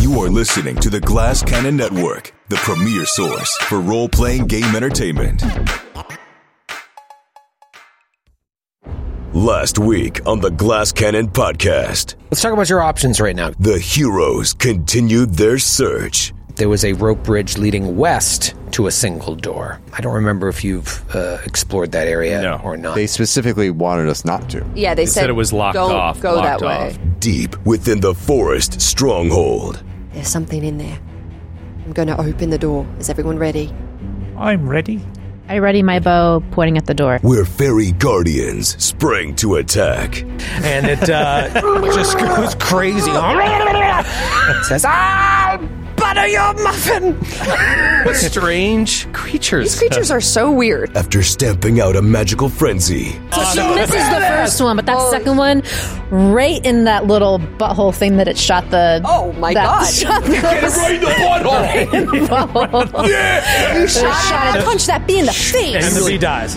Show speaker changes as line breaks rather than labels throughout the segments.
You are listening to the Glass Cannon Network, the premier source for role playing game entertainment. Last week on the Glass Cannon podcast,
Let's talk about your options right now.
the heroes continued their search.
There was a rope bridge leading west to a single door. I don't remember if you've uh, explored that area
No.
or not.
They specifically wanted us not to.
Yeah, they,
They said it was locked
Don't
off,
Go
locked
that way.
off.
Deep within the forest stronghold,
There's something in there. I'm going to open the door. Is everyone ready?
I'm ready.
I ready my bow, pointing at the door.
where fairy guardians sprang to attack.
and it uh, just goes crazy. It says, "I'll butter your muffin."
What strange creatures.
These creatures are so weird.
After stamping out a magical frenzy,
she misses the first one, but that
Oh.
second one, right in that little butthole thing that it shot the.
Oh my
that
God.
Shot the,
in the butthole.
butthole. You shot, it and punched that bee in the
And
face. Oh.
the bee dies.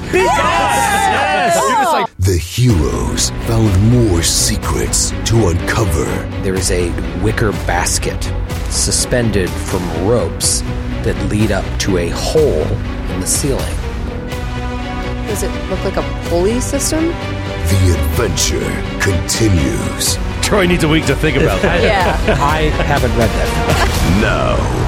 the heroes found more secrets to uncover.
There is a wicker basket suspended from ropes that lead up to a hole in the ceiling.
Does it look like a pulley system?
The adventure continues
Troy needs a week to think about that.
Yeah.
I haven't read that.
now.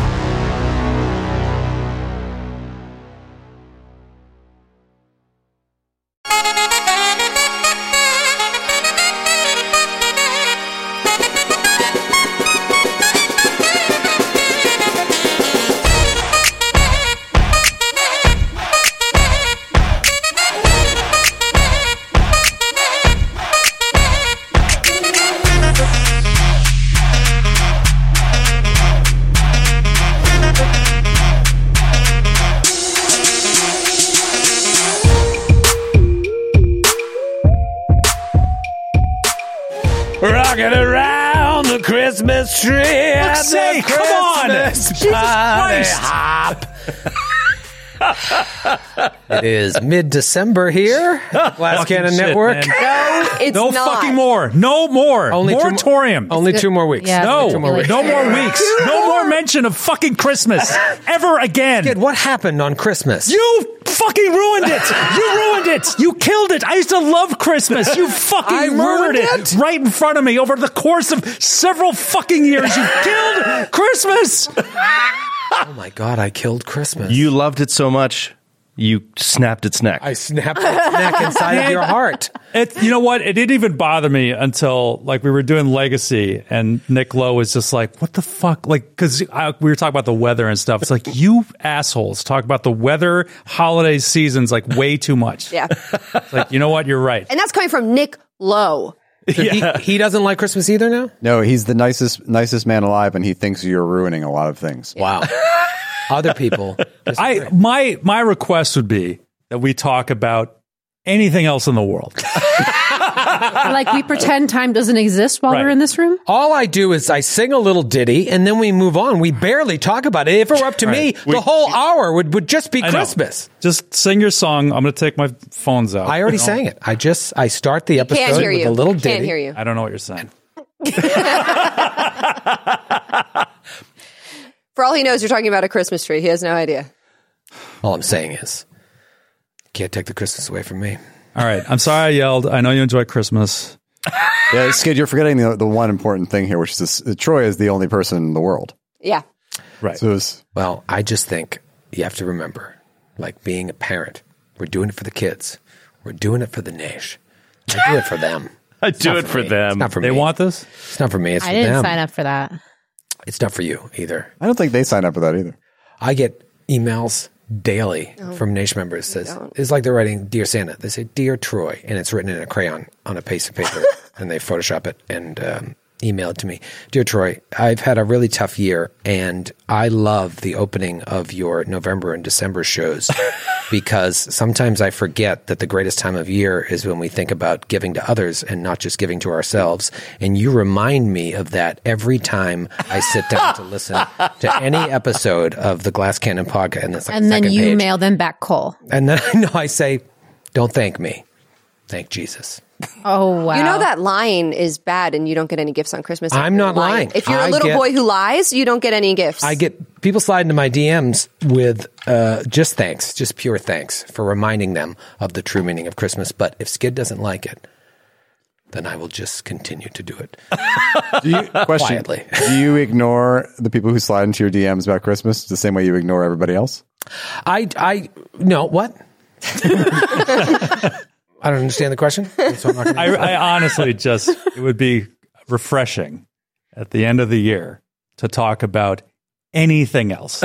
Rocking around the Christmas tree. at the
say, come on.
Christmas
Jesus
party
Christ.
hop.
It is mid-December here. Glass
Fucking
Cannon
shit,
Network.
man.
No, it's
no
not.
fucking more. No more.
Only two mo-
Moratorium.
only two more weeks.
Yeah.
no,
Only two more weeks.
no more weeks. No more mention of fucking Christmas ever again.
Kid, what happened on Christmas?
You fucking ruined it. You ruined it. You killed it. I used to love Christmas. You fucking
I
murdered
ruined
it,
it?
right in front of me over the course of several fucking years. You killed Christmas.
oh my god, I killed Christmas.
You loved it so much, you snapped its neck.
I snapped its neck inside of your heart.
It, you know what? It didn't even bother me until like we were doing Legacy, and Nick Lowe was just like, "What the fuck?" Like, because we were talking about the weather and stuff. It's like you assholes talk about the weather, holiday seasons, like way too much.
Yeah.
It's like you know what? You're right.
And that's coming from Nick Lowe.
He, he doesn't like Christmas either now?
No, he's the nicest nicest man alive, and he thinks you're ruining a lot of things.
Wow. Other people.
I my my request would be that we talk about anything else in the world.
like we pretend time doesn't exist while
Right.
we're in this room.
All I do is I sing a little ditty and then we move on. We barely talk about it. If it were up to me, the whole hour would, would just be
I know.
Christmas.
Just sing your song. I'm going to take my phones out.
I already sang it. I just I start the episode
Can't hear
with
you.
a little ditty.
Can't hear you.
I don't know what you're saying.
For all he knows, you're talking about a Christmas tree. He has no idea.
All I'm saying is can't take the Christmas away from me.
All right. I'm sorry I yelled. I know you enjoy Christmas.
Yeah, Skid, you're forgetting the, the one important thing here, which is this, Troy is the only person in the world.
Yeah.
Right.
So it's,
Well, I just think you have to remember, like being a parent, we're doing it for the kids. We're doing it for the niche. I do it for them.
I do it for
me.
them.
It's not for
they
me.
want this?
It's not for me. It's
I
for
didn't
them.
sign up for that.
It's not for you either.
I don't think they signed up for that either.
I get emails daily from Nation members. Says it's like they're writing "Dear Santa." They say "Dear Troy," and it's written in a crayon on a piece of paper, and they Photoshop it and um, email it to me. Dear Troy, I've had a really tough year and I love the opening of your November and December shows because sometimes I forget that the greatest time of year is when we think about giving to others and not just giving to ourselves. And you remind me of that every time I sit down to listen to any episode of the Glass Cannon podcast. And, it's like
And then
second
you
page.
mail them back coal.
And then I know I say, don't thank me. Thank Jesus.
Oh wow!
You know that lying is bad, and you don't get any gifts on Christmas. if
I'm
you're
not lying.
If you're a
I
little
get-
boy who lies, you don't get any gifts.
I get people slide into my DMs with uh, just thanks, just pure thanks for reminding them of the true meaning of Christmas. But if Skid doesn't like it, then I will just continue to do it.
Do you, question:
Quietly.
Do you ignore the people who slide into your DMs about Christmas the same way you ignore everybody else?
I, I, no, what? I don't understand the question. So I'm not gonna-
I, I honestly just it would be refreshing at the end of the year to talk about anything else.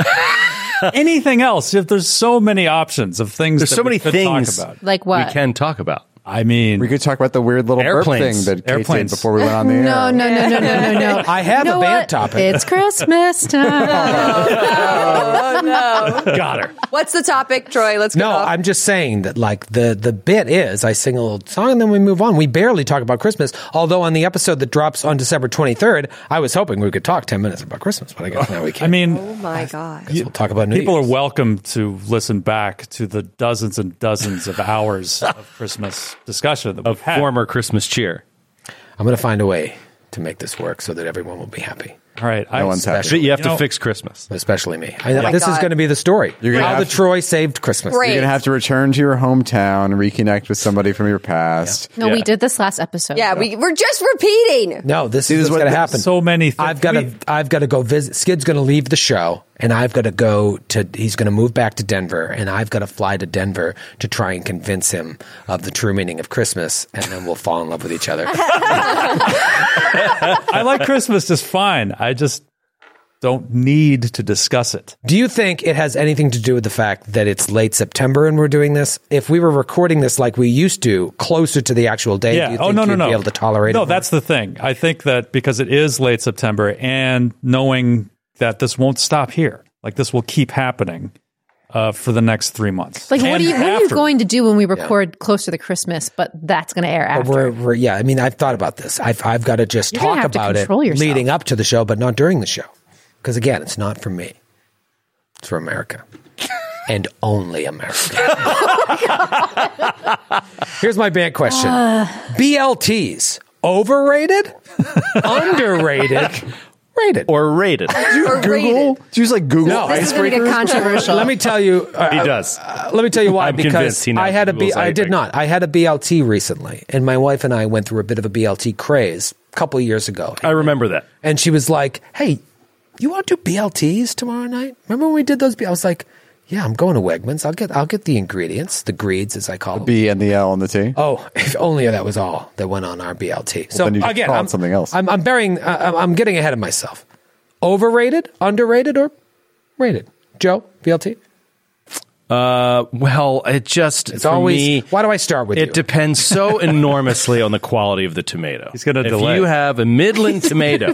anything else? If there's so many options of things,
There's
that
so
we
many
could
things
Talk about.
like what?
we can talk about.
I mean,
We could talk about the weird little
Airplanes.
burp thing that Kate
Airplanes.
did before we went on the air.
no, no, no, no, no, no, no.
I have a band topic.
It's Christmas time.
got her.
Oh, What's the topic, Troy? Let's go.
No, I'm just saying that like the the bit is I sing a little song and then we move on. We barely talk about Christmas. Although on the episode that drops on December 23rd, I was hoping we could talk 10 minutes about Christmas, but I guess now we
I
can't.
oh
mean,
my god.
We'll talk about New
people are
Year's.
welcome to listen back to the dozens and dozens of hours of Christmas discussion that we've had.
Former Christmas cheer.
I'm going to find a way to make this work so that everyone will be happy,
All right, I,
No one's happy.
But you have
You
to
know-
fix Christmas.
especially me. I, this is
God.
going to be the story.
You're gonna
How
have
the
to-
Troy saved Christmas.
Great.
You're gonna have to return to your hometown, reconnect with somebody from your past.
no, we did this last episode.
Yeah, we, we're just repeating.
No, this is
this is
what's
what-
going to happen.
so many. Things.
I've got to.
We-
I've got to go visit. Skid's going to leave the show, and I've got to go to. He's going to move back to Denver, and I've got to fly to Denver to try and convince him of the true meaning of Christmas, and then we'll fall in love with each other.
I like Christmas just fine. I just don't need to discuss it.
do you think it has anything to do with the fact that it's late September and we're doing this? If we were recording this like we used to, closer to the actual day, do you think you'd be able to tolerate
Oh, No,
it? more?
that's the thing. I think that because it is late September and knowing that this won't stop here, like this will keep happening uh, for the next three months.
Like, what
And
are you? What are you
after.
going to do when we record closer to Christmas? But that's going to air
But
after.
We're, we're, yeah, I mean, I've thought about this. I've, I've got to just
You're gonna
talk
have to
about it
control yourself.
leading up to the show, but not during the show. Because again, it's not for me, it's for America and only America. Here's my band question
Uh.
BLTs, overrated, underrated, rated?
Or rated.
Or
Google?
rated.
Do you just like Google
No.
This is going to
icebreakers?
get controversial.
Let me tell you. uh,
He does.
uh, let me tell you why.
I'm
because
convinced he knows
I had a B.
Google's
I did
anything.
not. I had a BLT recently, and my wife and I went through a bit of a BLT craze a couple of years ago.
I remember that.
And she was like, "Hey, you want to do BLTs tomorrow night? Remember when we did those?" B-? I was like, "Yeah, I'm going to Wegmans. I'll get I'll get the ingredients, the greeds as I call them."
B and the L and the T.
Oh, if only that was all that went on our BLT. So
then you should
again,
call it
I'm,
something else.
I'm, I'm burying. Uh, I'm getting ahead of myself. Overrated, underrated, or rated? Joe, BLT.
Uh, well, it just
It's
for
always.
me,
why do I start with
it
you?
depends so enormously on the quality of the tomato.
He's gonna
if
delay.
you have a Midland tomato,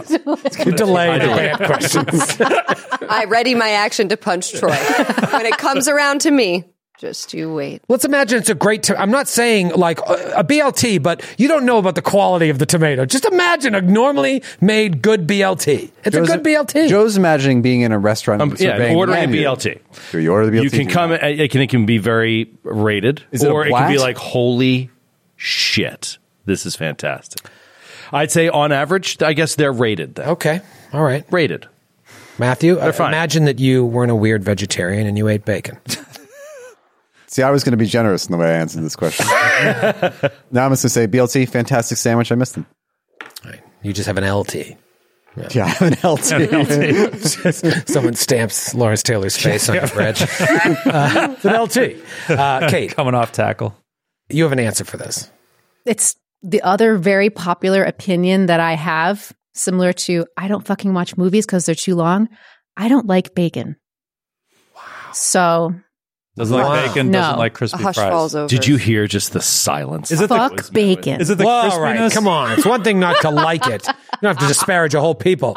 Delayed.
I ready my action to punch Troy. when it comes around to me, just you wait.
Let's imagine it's a great. To- I'm not saying like a, a BLT, but you don't know about the quality of the tomato. Just imagine a normally made good BLT. It's a good BLT.
Joe's imagining being in a restaurant.
um,
and
yeah,
surveying
ordering a
menu.
BLT.
Do you order the BLT?
You can come. uh, It it can, it can be very rated,
Is it a
or it can be
blast?
like, "Holy shit, this is fantastic." I'd say on average, I guess they're rated. Though.
okay, all right,
Rated.
Matthew. I-
fine.
Imagine that you weren't a weird vegetarian and you ate bacon.
See, I was going to be generous in the way I answered this question. now I'm just going to say BLT, fantastic sandwich. I missed them.
Right. You just have an LT.
Yeah, I have an LT.
Someone stamps Lawrence Taylor's face on your fridge. Uh, it's an LT. Uh, Kate,
Coming off tackle.
you have an answer for this.
it's the other very popular opinion that I have, similar to I don't fucking watch movies because they're too long. I don't like bacon. Wow. So
Doesn't like
Wow.
bacon,
No.
doesn't like crispy
A hush
fries.
falls over.
Did you hear just the silence?
Is it the-
Fuck bacon.
Is it the
Well, all right,
crispiness?
come on. It's one thing not to like it. You don't have to disparage a whole people.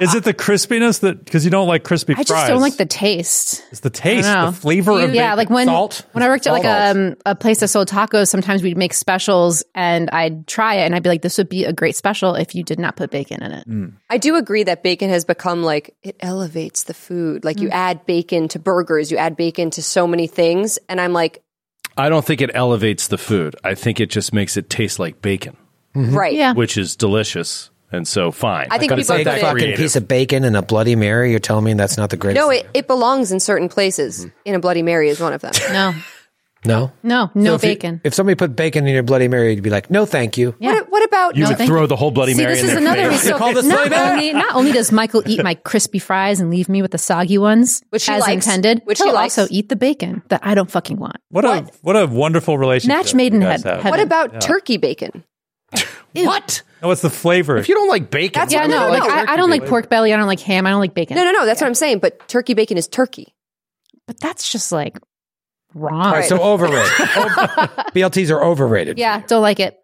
Is it the crispiness that because you don't like crispy
I
fries?
just don't like the taste.
It's the taste,
I don't
the
know.
flavor of
yeah,
bacon.
like when
Salt?
when I worked at like
Salt.
um, a place that sold tacos, sometimes we'd make specials and I'd try it and I'd be like, this would be a great special if you did not put bacon in it.
Mm.
I do agree that bacon has become like it elevates the food. Like
Mm.
you add bacon to burgers, you add bacon to so many things, and I'm like,
I don't think it elevates the food. I think it just makes it taste like bacon,
right?
Yeah.
which is delicious. And so fine.
I think
But
people
it's not
put
that
it-
Fucking
creative.
piece of bacon and a Bloody Mary. You're telling me that's not the greatest?
No, it, it belongs in certain places.
Mm-hmm.
In a Bloody Mary is one of them.
No,
no,
no, no
So if you-
bacon.
if somebody put bacon in your Bloody Mary, you'd be like, no, thank you.
yeah.
What, what about
you
No,
would
thank
throw
you.
the whole Bloody
See,
Mary
this
in
is
their
another
face.
reason.
call this
not,
Bloody Mary?
only, not only does Michael eat my crispy fries and leave me with the soggy ones,
Which he
as
likes.
intended,
Which he
he'll
likes.
also eat the bacon that I don't fucking want.
what, a what a wonderful relationship.
Match made in
you guys
head-
have.
heaven.
what about turkey bacon?
What?
No, it's the flavor.
If you don't like bacon,
That's
why
Yeah,
what
do
I'm
no,
you
no,
like,
no.
I, I don't like pork belly. I don't like ham. I don't like bacon.
No, no, no. That's what I'm saying. But turkey bacon is turkey.
But that's just like wrong.
All right, so overrated. Over- BLTs are overrated.
yeah, don't like it.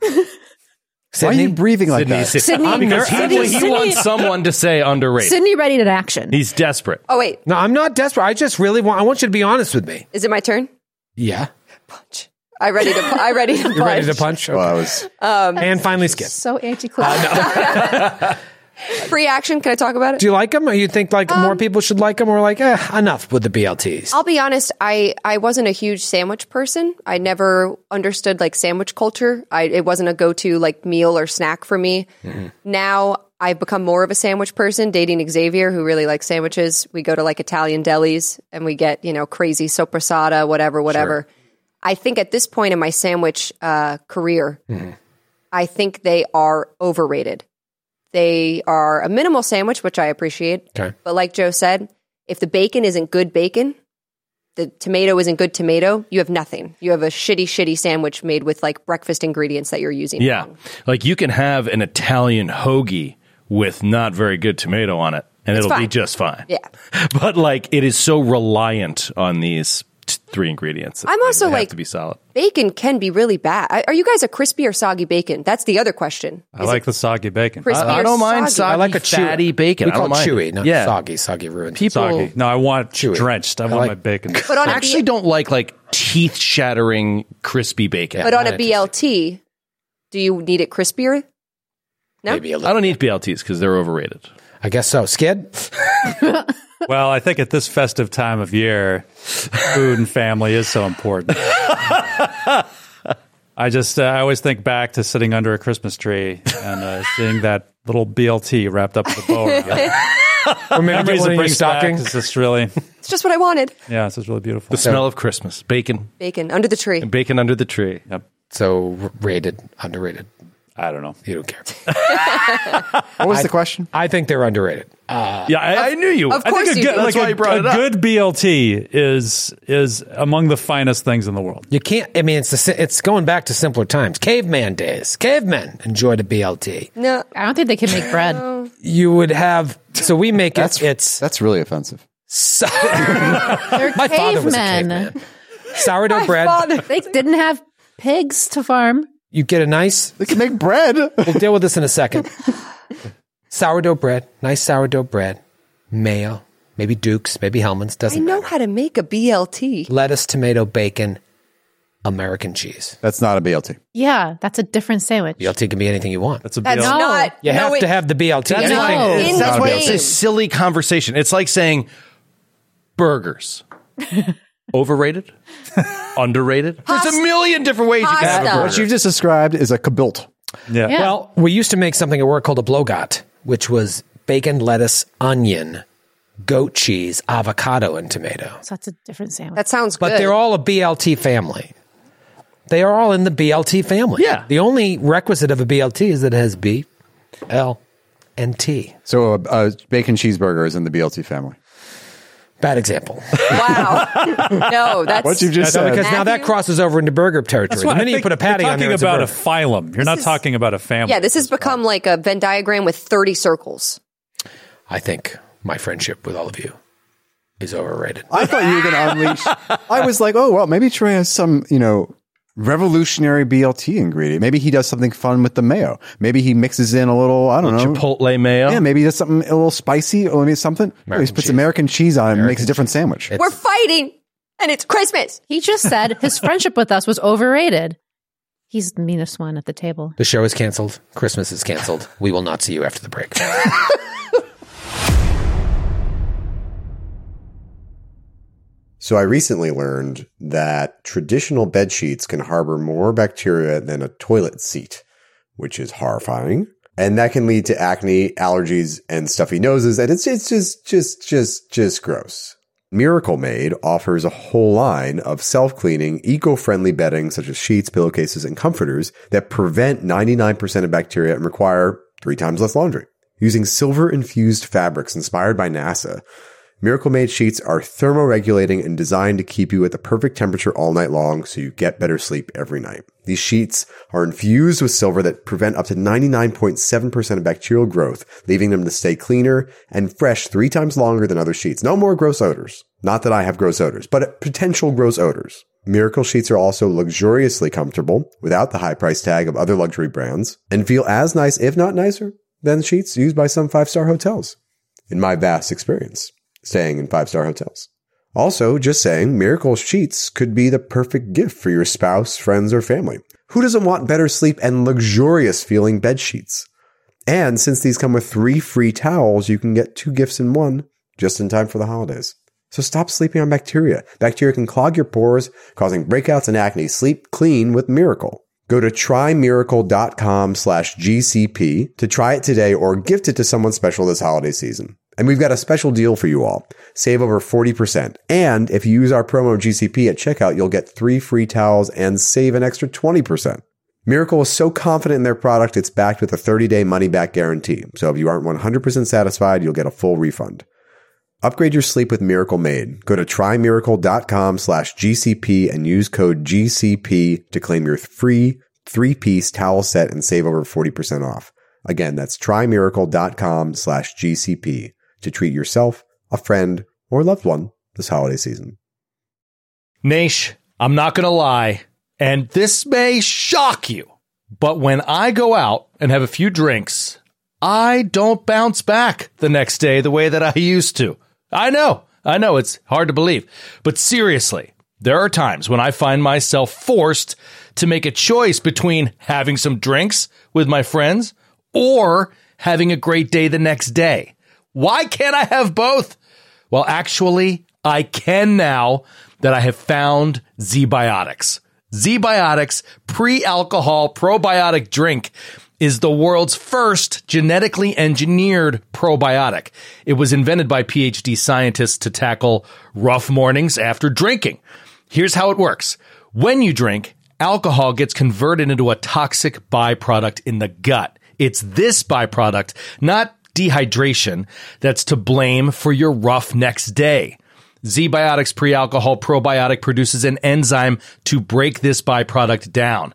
Why are
Sydney?
you breathing like
Sydney,
that?
Sydney,
I'm nervous. he,
Sydney,
he
Sydney-
wants someone to say underrated.
Sydney ready to action.
He's desperate.
Oh wait,
no, I'm not desperate. I just really want. I want you to be honest with me.
is it my turn?
Yeah,
I ready to. I ready to. Punch.
you're ready to punch. Okay.
Well, I was.
Um,
and finally, skip.
so anticlimactic.
Free action. Can I talk about it?
Do you like them, or you think like more people should like them, or like eh, enough with the BLTs?
I'll be honest, I, I wasn't a huge sandwich person. I never understood like sandwich culture. I, it wasn't a go to like meal or snack for me.
Mm-hmm.
Now I've become more of a sandwich person, dating Xavier, who really likes sandwiches. We go to like Italian delis and we get, you know, crazy soprasada, whatever, whatever. I think at this point in my sandwich uh, career,
Mm-hmm.
I think they are overrated. They are a minimal sandwich, which I appreciate.
Okay.
But like Joe said, if the bacon isn't good bacon, the tomato isn't good tomato, you have nothing. You have a shitty, shitty sandwich made with like breakfast ingredients that you're using.
Yeah. Like you can have an Italian hoagie with not very good tomato on it and it'll be
fine.
just fine.
Yeah.
But like it is so reliant on these t- three ingredients. that
I'm
they
also,
have
like-
to be solid.
Bacon can be really bad. I- Are you guys a crispy or soggy bacon? That's the other question.
I like the soggy bacon.
Crispy
I
or
don't mind
soggy?
soggy.
I like a chewy.
fatty bacon.
We
I
call
don't
it
mind
chewy,
it.
not
Yeah.
soggy. Soggy ruins.
People-
soggy. No, I want
Chewy.
drenched. I, want
like-
my bacon.
But on
I
a
actually
B-
don't like like teeth shattering crispy bacon.
but on a
not interesting.
BLT, do you need it crispier? No?
Maybe a
I
little.
don't eat BLTs because they're overrated.
I guess so. Skid.
well, I think at this festive time of year, food and family is so important. I just uh, I always think back to sitting under a Christmas tree and uh, seeing that little BLT wrapped up with a
Oh,
bow around. it.
Or maybe get
Memories
one
of
in your
brings back.
stocking.
It's just really
It's just what I wanted.
yeah, it's just really beautiful.
The smell of Christmas, bacon,
Bacon under the tree.
bacon under the tree.
So r- rated, underrated.
I don't know.
You don't care.
What was the question?
I think they're underrated. Uh,
Yeah, I, I knew you.
of
I
course
think a
you
good,
do.
That's
like
why
a,
you brought
a
it up.
good BLT is is among the finest things in the world.
You can't. I mean, it's the, si- it's going back to simpler times. Caveman days. Cavemen enjoyed a BLT.
No,
I don't think they can make bread.
You would have. So we make it. It's
That's really offensive.
so, my father was a
cavemen.
caveman. Sourdough bread.
they didn't have pigs to farm.
You get a nice.
They can make bread.
We'll deal with this in a second. sourdough bread. Nice sourdough bread. Mayo. Maybe Duke's. Maybe Hellman's.
I
Doesn't
know
matter.
how to make a BLT.
Lettuce, tomato, bacon, American cheese.
That's not a BLT.
Yeah, that's a different sandwich.
BLT can be anything you want.
That's a
That's
BLT.
not.
You
no,
have
it-
to have the BLT.
That's
Anything
why
No.
it's-
Oh, In
that's
the
why it's a
game.
silly conversation. It's like saying burgers. Overrated? Underrated? There's a million different ways you can have
Pasta.
a
What
burger.
you've just described is a kabilt.
Yeah.
Yeah.
Well, we used to make something at work called a blowgot, which was bacon, lettuce, onion, goat cheese, avocado, and tomato.
so that's a different sandwich.
That sounds
But
good.
they're all a BLT family. They are all in the BLT family.
Yeah.
The only requisite of a BLT is that it has B, L, and T.
So a, a bacon cheeseburger is in the BLT family.
Bad example.
wow. no, that's
What you've just
No,
said.
because now that
Matthew?
crosses over into burger territory. The
Well, I
minute you
think
put a patty
you're
on
talking
there, it's a
about a,
burger.
phylum. You're not
is-
talking about a family.
Yeah, this has become like a Venn diagram with 30 circles.
I think my friendship with all of you is overrated.
I thought you were going to unleash. I was like, oh well, maybe Troy has some, you know, revolutionary BLT ingredient. Maybe he does something fun with the mayo. Maybe he mixes in a little, I don't know,
Chipotle mayo.
Yeah, maybe he does something a little spicy or maybe something. Maybe he
American
puts
cheese.
American cheese on it and makes a different sandwich.
We're fighting, and it's Christmas.
He just said his friendship with us was overrated. He's the meanest one at the table.
The show is canceled. Christmas is canceled. We will not see you after the break.
So I recently learned that traditional bed sheets can harbor more bacteria than a toilet seat, which is horrifying. And that can lead to acne, allergies, and stuffy noses. And it's, it's just, just, just, just gross. Miracle Made offers a whole line of self cleaning, eco friendly bedding such as sheets, pillowcases, and comforters that prevent 99% of bacteria and require three times less laundry. Using silver infused fabrics inspired by NASA, Miracle Made sheets are thermoregulating and designed to keep you at the perfect temperature all night long so you get better sleep every night. These sheets are infused with silver that prevent up to 99.7% of bacterial growth, leaving them to stay cleaner and fresh three times longer than other sheets. No more gross odors. Not that I have gross odors, but potential gross odors. Miracle sheets are also luxuriously comfortable without the high price tag of other luxury brands and feel as nice, if not nicer, than sheets used by some five star hotels in my vast experience staying in five star hotels. Also, just saying, Miracle Sheets could be the perfect gift for your spouse, friends, or family. Who doesn't want better sleep and luxurious feeling bed sheets? And since these come with three free towels, you can get two gifts in one just in time for the holidays. So stop sleeping on bacteria. Bacteria can clog your pores, causing breakouts and acne. Sleep clean with Miracle. Go to trymiracle.com slash GCP to try it today or gift it to someone special this holiday season. And we've got a special deal for you all. Save over 40%. And if you use our promo GCP at checkout, you'll get three free towels and save an extra 20%. Miracle is so confident in their product, it's backed with a 30 day money back guarantee. So if you aren't 100% satisfied, you'll get a full refund. Upgrade your sleep with Miracle Made. Go to trymiracle.com slash GCP and use code GCP to claim your free three piece towel set and save over 40% off. Again, that's trymiracle.com slash GCP to treat yourself, a friend, or loved one this holiday season.
Nash, I'm not going to lie, and this may shock you, but when I go out and have a few drinks, I don't bounce back the next day the way that I used to. I know, I know, it's hard to believe. But seriously, there are times when I find myself forced to make a choice between having some drinks with my friends or having a great day the next day. Why can't I have both? Well, actually, I can now that I have found ZBiotics. ZBiotics pre alcohol probiotic drink is the world's first genetically engineered probiotic. It was invented by PhD scientists to tackle rough mornings after drinking. Here's how it works when you drink, alcohol gets converted into a toxic byproduct in the gut. It's this byproduct, not dehydration, that's to blame for your rough next day. ZBiotics pre alcohol probiotic produces an enzyme to break this byproduct down.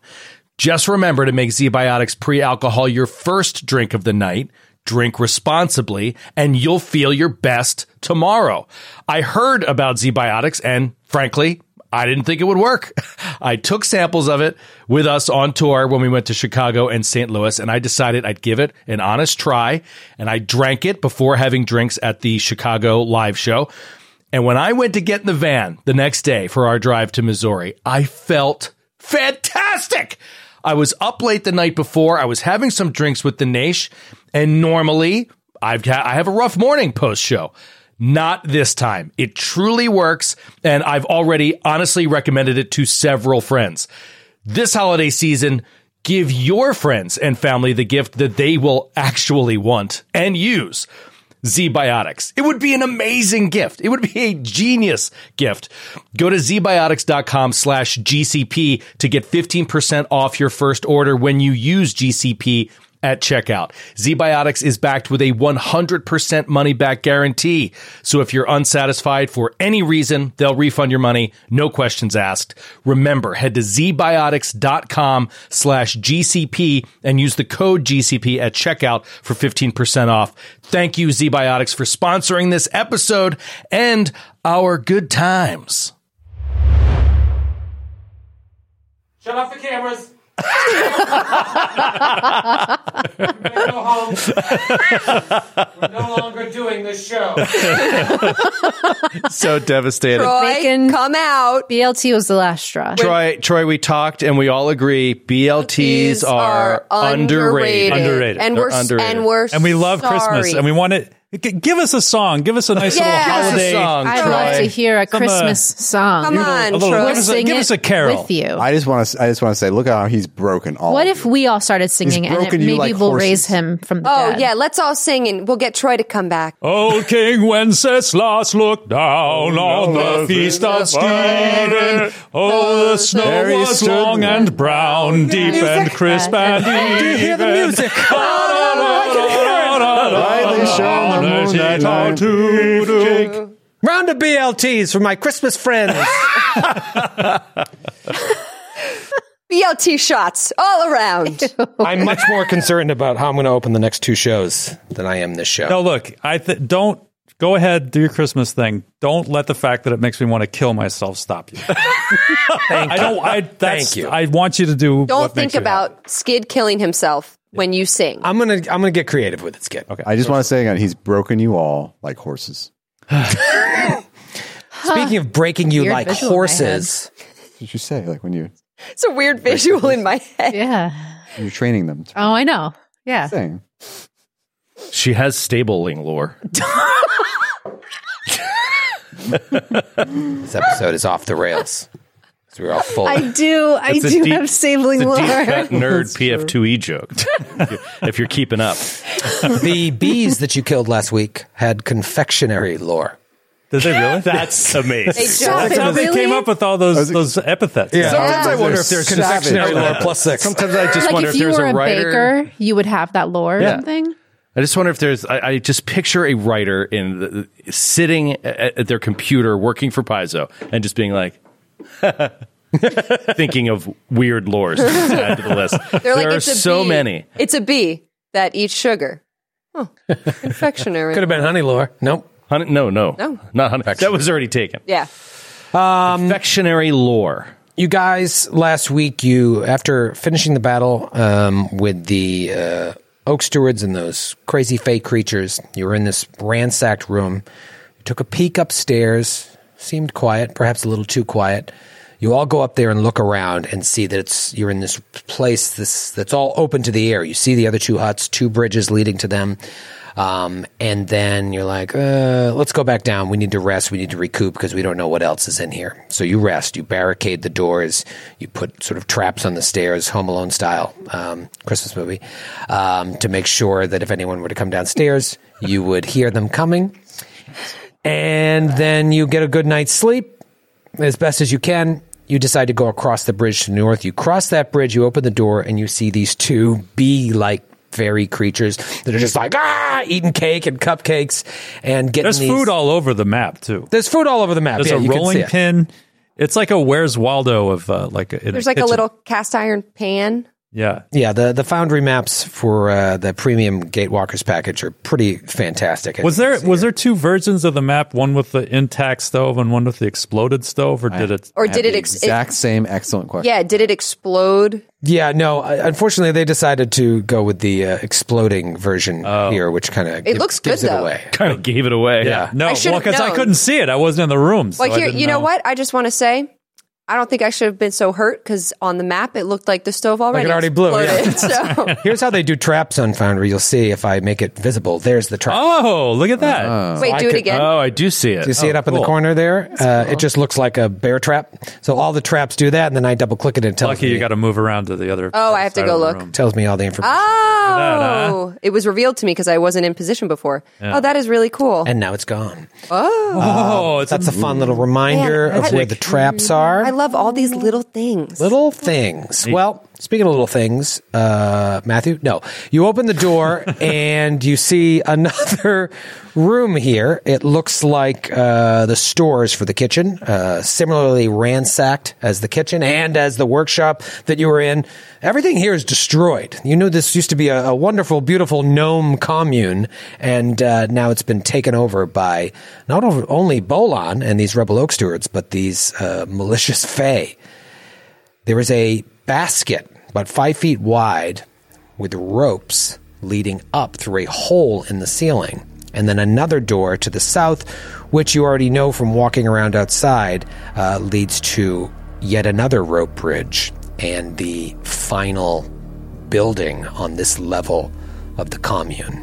Just remember to make ZBiotics pre alcohol your first drink of the night. Drink responsibly, and you'll feel your best tomorrow. I heard about ZBiotics, and frankly, I didn't think it would work. I took samples of it with us on tour when we went to Chicago and St. Louis, and I decided I'd give it an honest try. And I drank it before having drinks at the Chicago live show. And when I went to get in the van the next day for our drive to Missouri, I felt fantastic. I was up late the night before. I was having some drinks with the Nash, and normally I've ha- I have a rough morning post show. Not this time. It truly works, and I've already honestly recommended it to several friends. This holiday season, give your friends and family the gift that they will actually want and use. ZBiotics. It would be an amazing gift. It would be a genius gift. Go to zbiotics.com slash GCP to get 15% off your first order when you use GCP at checkout. ZBiotics is backed with a 100% money back guarantee. So if you're unsatisfied for any reason, they'll refund your money, no questions asked. Remember, head to zbiotics.com slash GCP and use the code GCP at checkout for 15% off. Thank you, ZBiotics, for sponsoring this episode and our good times.
Shut off the cameras.
go home.
We're no longer doing this show.
so devastated.
Bacon, come out. BLT was the last straw.
Troy, Troy, we talked and we all agree BLTs are, underrated.
Underrated.
And
They're
we're s-
underrated.
and we're
and we love Christmas,
sorry.
and we want it. g- Give us a song. Give us a nice
Yeah.
little
Give us a
holiday
song,
I
Troy.
love to hear a
Some, uh,
Christmas song.
Come on, Troy.
give, us a,
Sing
give
it
us a carol.
with you.
I just want to. I just want to say, look how he's broken all.
What if we all started singing and it,
broken you
maybe
like
we'll
horses.
raise him from the
Oh
dead?
yeah, let's all sing and we'll get Troy to come back.
Oh, King Wenceslas, look down on the feast of Stephen. Oh, the snow
There he
was
stood.
long and brown, deep and crisp and even. Do you hear the music?
Brightly shone the moonlight night.
Round of BLTs for my Christmas friends.
BLT shots all around.
I'm much more concerned about how I'm going to open the next two shows than I am this show.
No, look, I th- don't go ahead, do your Christmas thing. Don't let the fact that it makes me want to kill myself stop you. I don't. I that's,
Thank you.
I want you to do.
Don't
what
think
makes you happy.
about Skid killing himself when you sing.
I'm gonna I'm gonna get creative with it, Skip. Okay.
I just want to say again, he's broken you all like horses.
Speaking of breaking you
Weird
like
visual in my
horses,
That's What you say, like when you
It's a weird visual in my head.
Yeah.
you're training them to
Oh, I know. Yeah.
sing.
She has stabling lore.
this episode is off the rails. 'Cause we're all full.
I do. I
It's a
do
deep-
have stabling
It's a deep
lore.
cut nerd PF2E E joke. if you're keeping up,
the bees that you killed last week had confectionery lore.
Did they really?
that's amazing.
That's how they came up with all those those epithets.
Sometimes I
wonder if they're
confectionery lore plus six.
Sometimes I just
Like
wonder
if
if,
you
there's
were
a
a
writer.
baker, you would have that lore or
Yeah.
something.
I just wonder if there's. I, I just picture a writer in the, sitting at, at their computer working for Paizo and just being like. thinking of weird lores to add to the list.
They're like,
there are
it's a
so
bee.
many.
It's a bee that eats sugar. Huh. Confectionery.
Could have been honey lore. Nope.
Honey, no, no,
No.
not honey. That was already taken.
yeah.
Confectionary lore.
Um, You guys, last week, you after finishing the battle um, with the uh, oak stewards and those crazy fey creatures, you were in this ransacked room. You took a peek upstairs. Seemed quiet, perhaps a little too quiet. You all go up there and look around and see that it's you're in this place this that's all open to the air. You see the other two huts, two bridges leading to them. Um, and then you're like, uh, let's go back down. We need to rest. We need to recoup because we don't know what else is in here. So you rest. You barricade the doors. You put sort of traps on the stairs, Home Alone style, um, Christmas movie, um, to make sure that if anyone were to come downstairs, you would hear them coming. And then you get a good night's sleep as best as you can. You decide to go across the bridge to the north. You cross that bridge, you open the door, and you see these two bee like fairy creatures that are just like, ah, eating cake and cupcakes and getting
There's
these-
food all over the map too.
There's food all over the map.
There's
yeah,
a
you can see
rolling
it.
pin. It's like a Where's Waldo of uh, like. in
There's like a
kitchen.
little cast iron pan.
Yeah.
Yeah, the, the foundry maps for uh, the premium Gatewalkers package are pretty fantastic.
Was there was there two versions of the map? One with the intact stove and one with the exploded stove, or did it?
Or
I
did
had
it,
the
ex- it
exact same excellent question?
Yeah, did it explode?
Yeah, no. uh, Unfortunately, they decided to go with the uh, exploding version
Oh.
here, which kind of it
looks
gives
good,
it
though.
away.
Kind of gave it away.
Yeah.
No,
I
because
should have
I
known.
couldn't see it. I wasn't in the room. So
Well,
I
here,
didn't
you know
know
what? I just want to say, I don't think I should have been so hurt because on the map it looked like the stove already
already blew, yeah.
exploded, so
Here's how they do traps on Foundry. You'll see if I make it visible. There's the trap.
Oh, look at that!
wait, do it again.
Oh, I do see it.
Do you see
Oh,
it up in the
cool.
corner there? Uh, It just looks like a bear trap. So all the traps do that, and then I double click it and it tells
Lucky
me
you got to move around to the other.
Oh, I have to
side
go
of the
look.
room.
tells me all the information.
Oh, it was revealed to me because I wasn't in position before. Oh, that is really cool.
and now it's gone.
Oh, it's
Uh, That's a fun little reminder
Man,
of
I-
where the traps are.
I love all these little things.
little things. Well, Speaking of little things, uh, Matthew, no. You open the door and you see another room here. It looks like uh, the stores for the kitchen, uh, similarly ransacked as the kitchen and as the workshop that you were in. Everything here is destroyed. You know, this used to be a, a wonderful, beautiful gnome commune, and uh, now it's been taken over by not over- only Bolan and these rebel oak stewards, but these uh, malicious fae. There is a basket about five feet wide with ropes leading up through a hole in the ceiling, and then another door to the south, which you already know from walking around outside, uh, leads to yet another rope bridge and the final building on this level of the commune.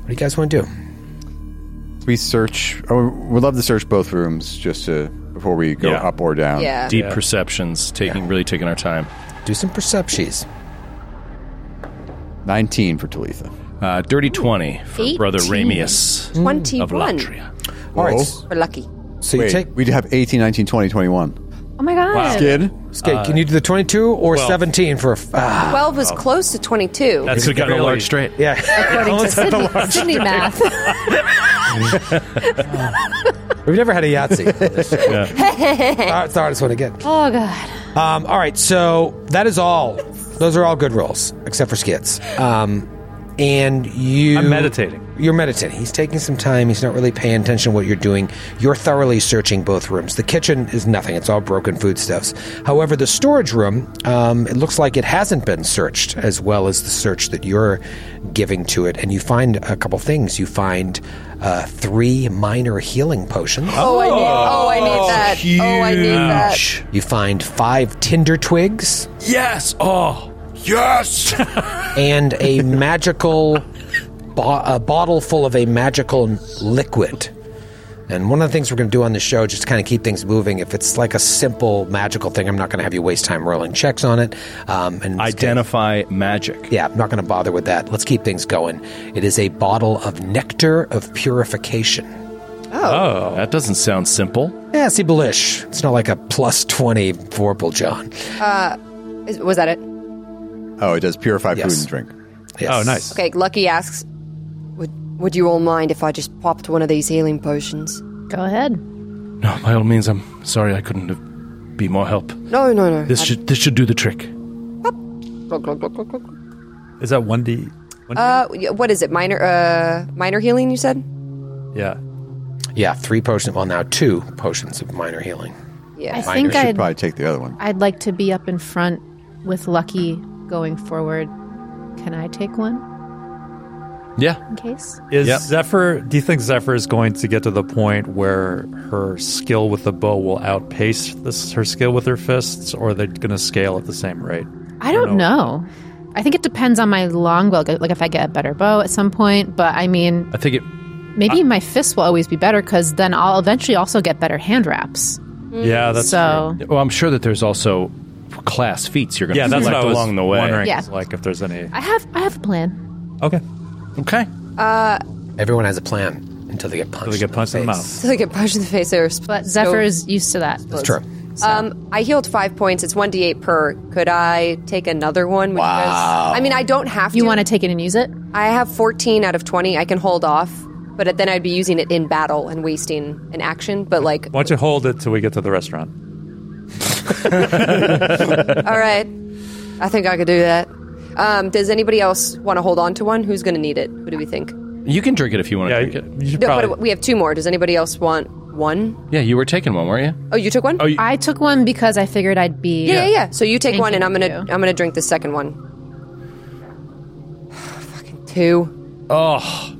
What do you guys want to do?
We search. Oh, we'd love to search both rooms just to before we go
Yeah.
up or down.
Yeah.
Deep perceptions, taking really taking our time.
Do some perceptions.
Nineteen for Talitha.
Uh, dirty twenty for brother
18.
Ramius of
21.
Latria.
All right.
We're lucky.
So you
Wait,
take.
we have 18, 19, 20, 21.
Oh my god.
Skid.
Okay,
Uh,
can you do the 22 or 17 for a. f- ah,
12 was close to 22.
That's
It's
who got a
really-
large straight.
yeah.
According to Sydney, Sydney math.
We've never had a Yahtzee. on this show. Uh, It's the hardest one to get.
oh god.
Um, all right, so that is all. Those are all good rolls, except for Skits. Um, and you.
I'm meditating.
You're meditating. He's taking some time. He's not really paying attention to what you're doing. You're thoroughly searching both rooms. The kitchen is nothing, it's all broken foodstuffs. However, the storage room, um, it looks like it hasn't been searched as well as the search that you're giving to it. And you find a couple things. You find uh, three minor healing potions.
Oh, I need, oh, I need that. Oh, I need that.
You find five tinder twigs
Yes. Oh. Yes.
and a magical bo- a bottle full of a magical liquid. And one of the things we're going to do on the show, just to kind of keep things moving, if it's like a simple magical thing, I'm not going to have you waste time rolling checks on it. Um, and
Identify magic.
yeah, I'm not going to bother with that. Let's keep things going. It is a bottle of nectar of purification.
Oh. That doesn't sound simple.
Yeah, see, Belish. It's not like a plus 20 Vorpal John.
Uh, Is, was that it?
Oh, it does purify
Yes.
food and drink.
Yes.
Oh, nice.
Okay, Lucky asks, would, would you all mind if I just popped one of these healing potions?
Go ahead.
No, by all means, I'm sorry I couldn't have be more help.
No, no, no.
This should this should do the trick.
Glug, glug, glug, glug, glug.
Is that one D?
Uh, yeah, what is it? Minor, uh, minor healing, you said?
Yeah.
Yeah, three potions. Well, now two potions of minor healing.
I
Yeah.
think
Should
I'd
probably take the other one.
I'd like to be up in front with Lucky going forward. Can I take one
Yeah.
in case?
Is
Yep.
Zephyr? Do you think Zephyr is going to get to the point where her skill with the bow will outpace this her skill with her fists, or are they going to scale at the same rate?
I don't know. I think it depends on my longbow. Like if I get a better bow at some point, but I mean,
I think it.
maybe my fists will always be better because then I'll eventually also get better hand wraps.
Yeah, that's
so
Well, I'm sure that there's also class feats you're going to
yeah, that's what I was
along the way.
wondering.
Yeah.
is, Like if there's any.
I have I have a plan.
Okay.
Okay.
Uh,
Everyone has a plan until they get punched.
So they get punched in the mouth.
So they get punched in the face or sp-
But
so-
Zephyr is used to that.
That's true.
Um, I healed five points. It's one d eight per. Could I take another one? Because, wow. I mean, I don't have to.
You want to take it and use it?
I have fourteen out of twenty. I can hold off, but then I'd be using it in battle and wasting an action. But like,
Why don't you hold it till we get to the restaurant?
all right, I think I could do that. Um, does anybody else want to hold on to one? Who's going to need it? What do we think?
You can drink it if you want
Yeah,
to
you,
drink it.
you should
No,
probably.
but we have two more. Does anybody else want one?
Yeah, you were taking one, weren't you?
Oh, you took one.
Oh, you-
I took one because I figured I'd be.
yeah, yeah, yeah. So you take
Thank
one, and
you.
I'm gonna I'm gonna drink the second one. Fucking two
Oh,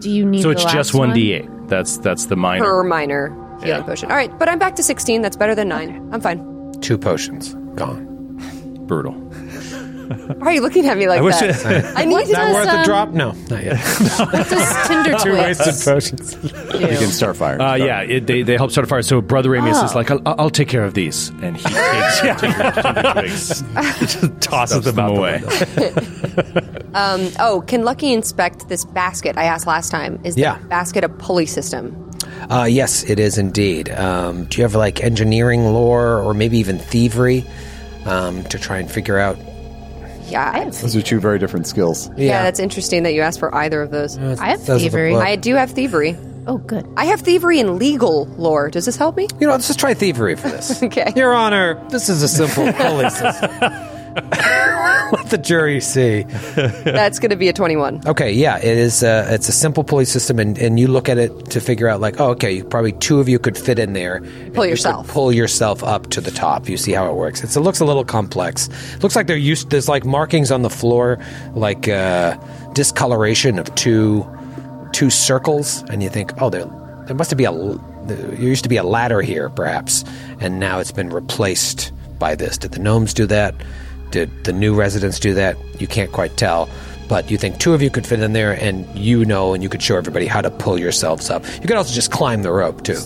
Do you need?
so
the
it's
last
just one d8. That's that's the minor.
per minor healing
Yeah.
potion. All right, but I'm back to sixteen. That's better than nine. I'm fine.
Two potions gone.
Brutal.
Why are you looking at me like
I wish
that?
it,
I need to
Not
Does,
worth
um,
a drop? No, not yet.
What does Tinder twist?
potions.
You can start firing.
Uh, yeah, it, they, they help start a fire. So Brother Amius
Oh.
is like, I'll, I'll take care of these. And he takes
tosses
them
them out the
away.
window.
Oh, can Lucky inspect this basket? I asked last time. Is the
Yeah.
basket a pulley system?
Uh, yes, it is indeed. Um, do you have like engineering lore or maybe even thievery? um, to try and figure out.
Yeah. I-
Those are two very different skills.
yeah. that's interesting that you asked for either of those.
it's- I have those are the thievery. book.
I do have thievery.
Oh, good.
I have thievery in legal lore. Does this help me?
You know, let's just try thievery for this.
Okay.
Your Honor, this is a simple pulley system. Let the jury see.
That's going to be a 21.
Okay, yeah, it is. A, it's a simple pulley system, and, and you look at it to figure out, like, oh, okay, you, probably two of you could fit in there. and
Pull
you could
yourself.
pull yourself up to the top. You see how it works. It's, it looks a little complex. Looks like they're used. There's like markings on the floor, like uh, discoloration of two two circles, and you think, oh, there there must be a l- there used to be a ladder here, perhaps, and now it's been replaced by this. Did the gnomes do that? Did the new residents do that? You can't quite tell. But you think two of you could fit in there, and you know, and you could show everybody how to pull yourselves up. You could also just climb the rope too.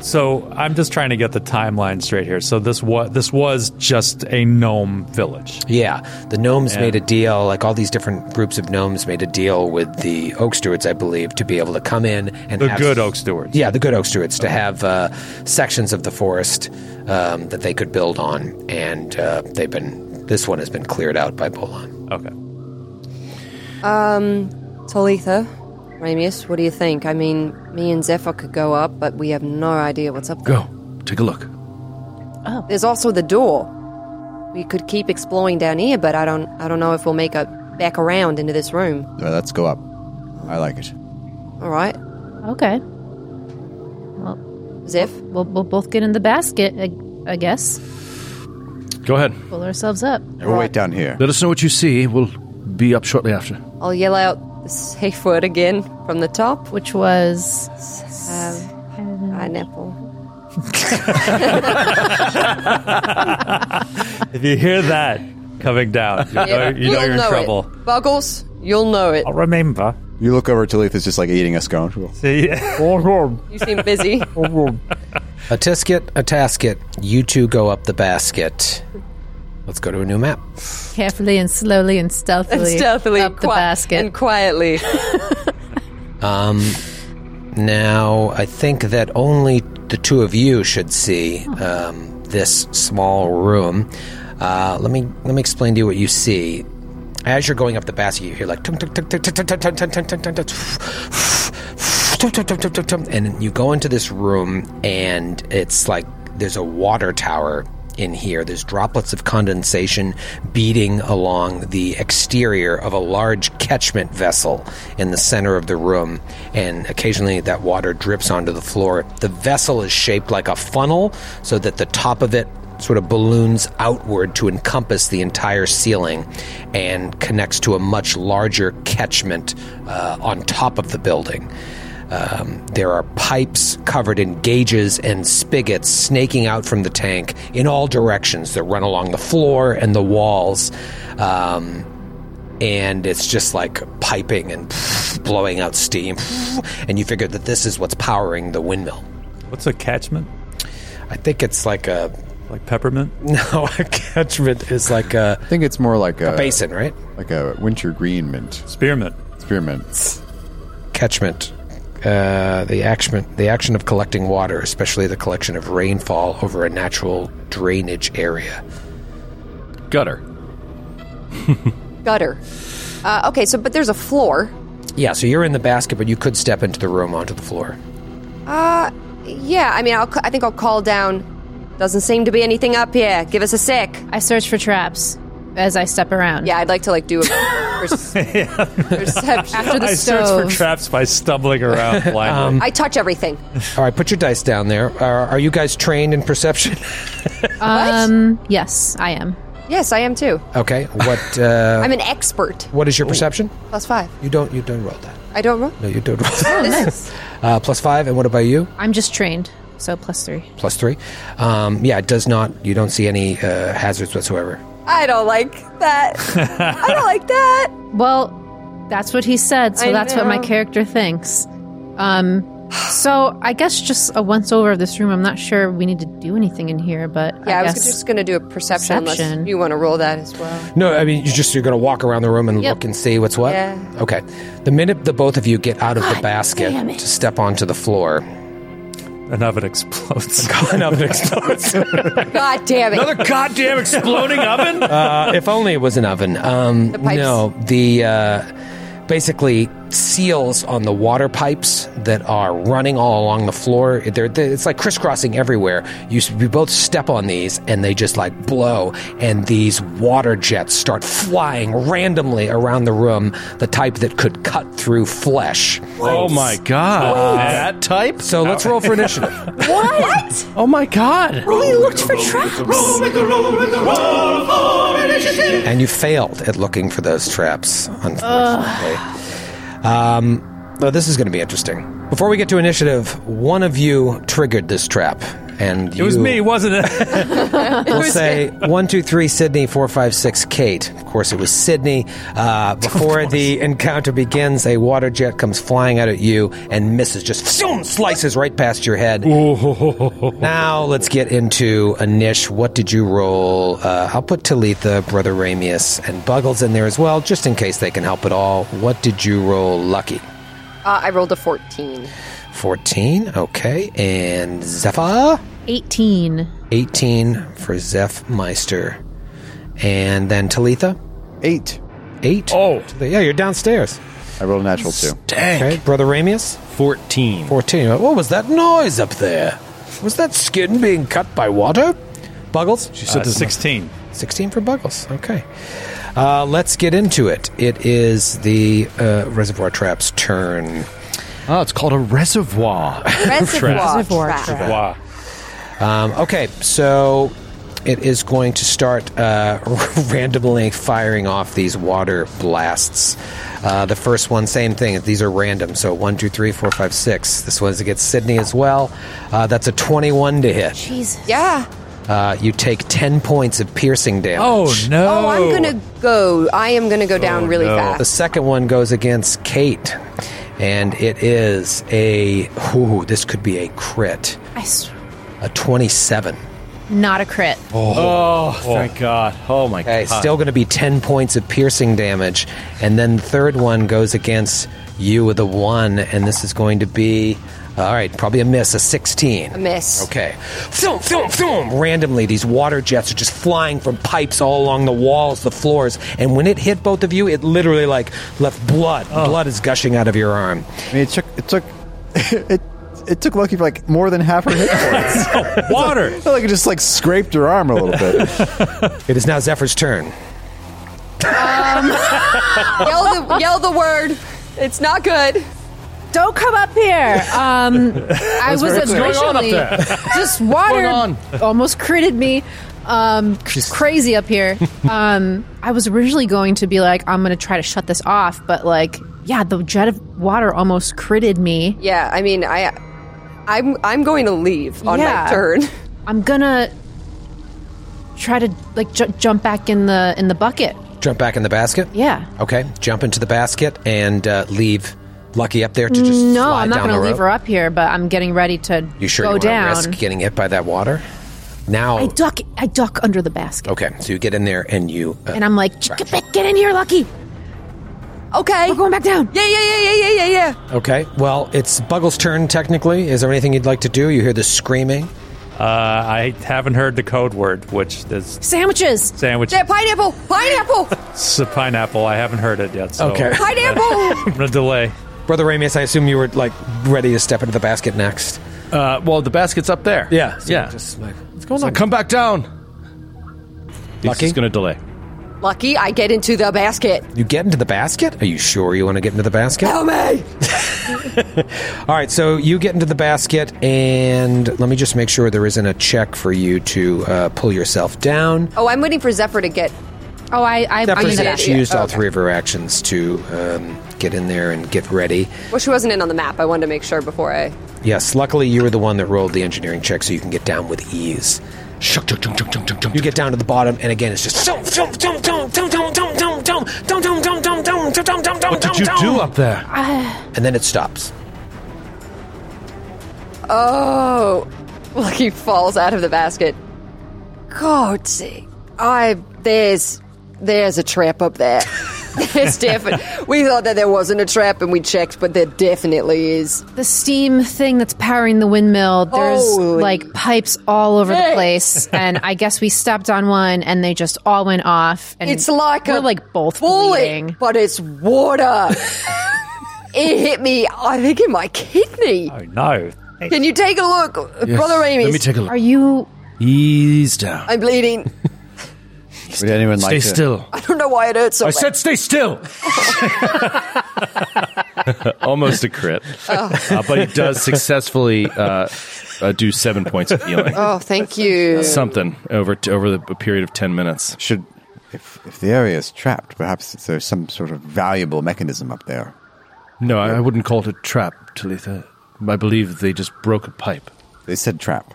So I'm just trying to get the timeline straight here. So this was this was just a gnome village.
Yeah, the gnomes
Yeah.
made a deal. Like all these different groups of gnomes made a deal with the oak stewards, I believe, to be able to come in and
The
have-
good oak stewards.
Yeah, the good oak stewards to have uh, sections of the forest um, that they could build on, and uh, they've been. This one has been cleared out by Bolon.
Okay.
Um, Talitha, Ramius, what do you think? I mean, me and Zephyr could go up, but we have no idea what's up there.
Go. Take a look.
There's also the door. We could keep exploring down here, but I don't I don't know if we'll make a back around into this room.
Uh, let's go up. I like it.
All right.
Okay. Well,
Zeph,
we'll, we'll both get in the basket, I, I guess.
Go ahead.
Pull ourselves up.
We'll wait down here.
Let us know what you see. We'll be up shortly after.
I'll yell out the safe word again from the top.
Which was
Have pineapple.
If you hear that coming down, you know, you know
You'll
you're in
know
trouble.
It. Buggles, you'll know it.
I'll remember.
You look over, Talitha's just like eating a scone. She goes,
See,
You seem busy.
A tisket, a tasket. You two go up the basket. Let's go to a new map.
carefully and slowly and stealthily,
and stealthily
up the
qui-
basket.
and quietly.
Now, I think that only the two of you should see um, this small room. Uh, let me let me explain to you what you see. As you're going up the basket, you hear like tunk, tunk, tunk, tunk, tunk, tunk, tunk, tunk, tunk, tunk, tunk, tunk, tunk, tunk, tunk, tunk, and you go into this room, and it's like there's a water tower in here. There's droplets of condensation beating along the exterior of a large catchment vessel in the center of the room, and occasionally that water drips onto the floor. The vessel is shaped like a funnel so that the top of it sort of balloons outward to encompass the entire ceiling and connects to a much larger catchment uh, on top of the building. Um, there are pipes covered in gauges and spigots snaking out from the tank in all directions that run along the floor and the walls. Um, and it's just like piping and blowing out steam. And you figure that this is what's powering the windmill.
what's a catchment?
I think it's like a.
Like peppermint?
No, a catchment is like a
I think it's more like a,
basin, right?
like a winter green mint
Spearmint.
spearmint.
catchment, uh, the action the action of collecting water, especially the collection of rainfall over a natural drainage area.
Gutter.
Gutter. Uh, okay, so but there's a floor.
Yeah, so you're in the basket, but you could step into the room onto the floor.
Uh, Yeah, I mean, I'll, ca- I think I'll call down. Doesn't seem to be anything up here. Give us a sec.
I search for traps as I step around.
Yeah, I'd like to like do a perce- perception.
After the
I
stove.
search for traps by stumbling around blindly.
I touch everything.
Um, All right, put your dice down there. Uh, Are, are you guys trained in perception?
um, yes, I am.
Yes, I am too.
okay, what uh,
I'm an expert.
what is your perception?
Plus five.
You don't you don't roll that.
I don't roll.
No, you don't roll. That.
Oh, nice.
Uh, plus five, and what about you?
I'm just trained, so plus three.
Plus three. Um, yeah, it does not. You don't see any uh, hazards whatsoever.
I don't like that. I don't like that.
Well, that's what he said, so
I
that's what my
know.
character thinks. Um, so I guess just a once over of this room. I'm not sure we need to do anything in here, but
Yeah, I,
I,
was
guess
just gonna do a perception,
Perception.
unless you want to roll that as well.
No, I mean you just you're gonna walk around the room and
Yep.
look and see what's what.
Yeah.
Okay. The minute the both of you get out of the basket
damn it.
to step onto the floor,
an oven explodes.
An oven explodes.
God damn it.
Another goddamn exploding oven?
Uh, if only it was an oven. Um,
pipes.
No, the uh, basically seals on the water pipes that are running all along the floor. They're, they it's like crisscrossing everywhere. You, s- you both step on these and they just like blow, and these water jets start flying randomly around the room, the type that could cut through flesh.
Oh my god. That type?
So let's roll for initiative.
what? Oh my god.
We looked for traps.
And you failed at looking for those traps, unfortunately. Um, though this is going to be interesting. Before we get to initiative, one of you triggered this trap, and
It was me, wasn't it?
We'll say one, two, three, Sydney, four, five, six, Kate. Of course, it was Sydney. Uh, before the encounter begins, a water jet comes flying out at you and misses, just zoom, slices right past your head. now let's get into Anish. What did you roll? Uh, I'll put Talitha, Brother Ramius, and Buggles in there as well, just in case they can help at all. What did you roll, Lucky?
Uh, I rolled a 14.
14, okay. And Zephyr?
18.
18 for Zeph Meister. And then Talitha?
Eight.
Eight? Oh. Yeah, you're downstairs.
I rolled a natural two.
Dang. Okay, Brother Ramius?
14.
14. What was that noise up there? Was that skin being cut by water? Buggles? She
said Uh, there's no- 16.
16 for Buggles, okay. Uh, let's get into it. It is the uh, Reservoir Trap's turn.
Oh, it's called a reservoir.
Reservoir trap.
Um, okay, so it is going to start uh, randomly firing off these water blasts. Uh, the first one, same thing. These are random. So one, two, three, four, five, six. This one's against Sydney as well. Uh, that's a twenty-one to hit.
Jesus.
Yeah.
Uh, you take ten points of piercing
Oh
damage.
no!
Oh, I'm gonna go. I am gonna go down really
The
fast.
second one goes against Kate, and it is a. Ooh, this could be a crit.
I s-
A twenty-seven.
not a crit.
Oh, thank god. Oh my
Okay,
god.
still going to be 10 points of piercing damage. And then the third one goes against you with a 1, and this is going to be, all right, probably a miss, a 16.
A miss.
Okay. Thum, thum, thum. Randomly, these water jets are just flying from pipes all along the walls, the floors, and when it hit both of you, it literally, like, left blood. Blood is gushing out of your arm.
Oh. I mean, it took it took it it took Loki for like more than half her hit points.
Water.
I feel like it just like scraped her arm a little bit.
It is now Zephyr's turn.
Um, yell the yell the word. It's not good.
Don't come up here. Um, I was
What's going on up
originally
there?
just water
going on?
almost critted me. Um,
She's-
crazy up here. Um, I was originally going to be like, I'm going to try to shut this off, but like, yeah, the jet of water almost critted me.
Yeah. I mean, I, I'm I'm going to leave on
Yeah.
my turn.
I'm gonna try to like ju- jump back in the in the bucket.
Jump back in the basket.
Yeah.
Okay, jump into the basket and uh, leave Lucky up there to just
No,
slide
I'm not
down
going
the
to leave her
rope.
up here, but I'm getting ready to
You sure
go
you want
down.
to risk Oh. getting hit by that water? Now,
I duck. I duck under the basket,
okay. So you get in there and you. Uh,
and I'm like, "Ch- get back- get in here, Lucky.
Okay.
We're going back down.
Yeah. Yeah. Yeah. Yeah. Yeah. Yeah. Yeah.
okay. Well, it's Buggle's turn technically. Is there anything you'd like to do? You hear the screaming.
Uh, I haven't heard the code word, which is
Sandwiches.
sandwich
Yeah, pineapple. Pineapple.
s- pineapple. I haven't heard it yet. So uh,
Okay.
Pineapple.
I'm gonna delay.
Brother Ramius, I assume you were like ready to step into the basket next.
Uh, well, the basket's up there.
Yeah.
yeah.
Just like
What's going on? Come back down. This
Lucky?
is going to delay.
Lucky, I get into the basket.
you get into the basket. Are you sure you want to get into the basket?
Help me.
All right. So you get into the basket, and let me just make sure there isn't a check for you to uh, pull yourself down.
Oh, I'm waiting for Zephyr to get.
Oh, I I
That
I'm
person,
gonna-
she used all
Okay.
three of her actions to um, get in there and get ready.
Well, she wasn't in on the map. I wanted to make sure before I.
Yes, luckily you were the one that rolled the engineering check, so you can get down with ease.
Shuk, shuk, shuk, shuk, shuk, shuk, shuk.
You get down to the bottom, and again, it's just.
What did you do up there?
Ah. And then it stops.
Oh, Lucky falls out of the basket. God, I there's there's a trap up there. it's definitely. We thought that there wasn't a trap, and we checked, but there definitely is.
The steam thing that's powering the windmill, there's
Holy.
like pipes all over the place. And I guess we stepped on one and they just all went off. And
It's like
we're
a
like both
bullet,
bleeding.
But it's water. it hit me. I think in my kidney.
No.
Can you take a look,
Yes,
brother Amy?
let me take a look. Are
you?
Ease down.
I'm bleeding.
Would anyone
Stay
like to-
still.
I don't know why it hurts so
I
bad.
said stay still.
Almost a crit,
Oh.
uh, but he does successfully uh, uh, do seven points of healing.
Oh, thank you.
Something over t- over the a period of ten minutes.
Should if if the area is trapped, perhaps there's some sort of valuable mechanism up there.
No, I, I wouldn't call it a trap, Talitha. I believe they just broke a pipe.
They said trap.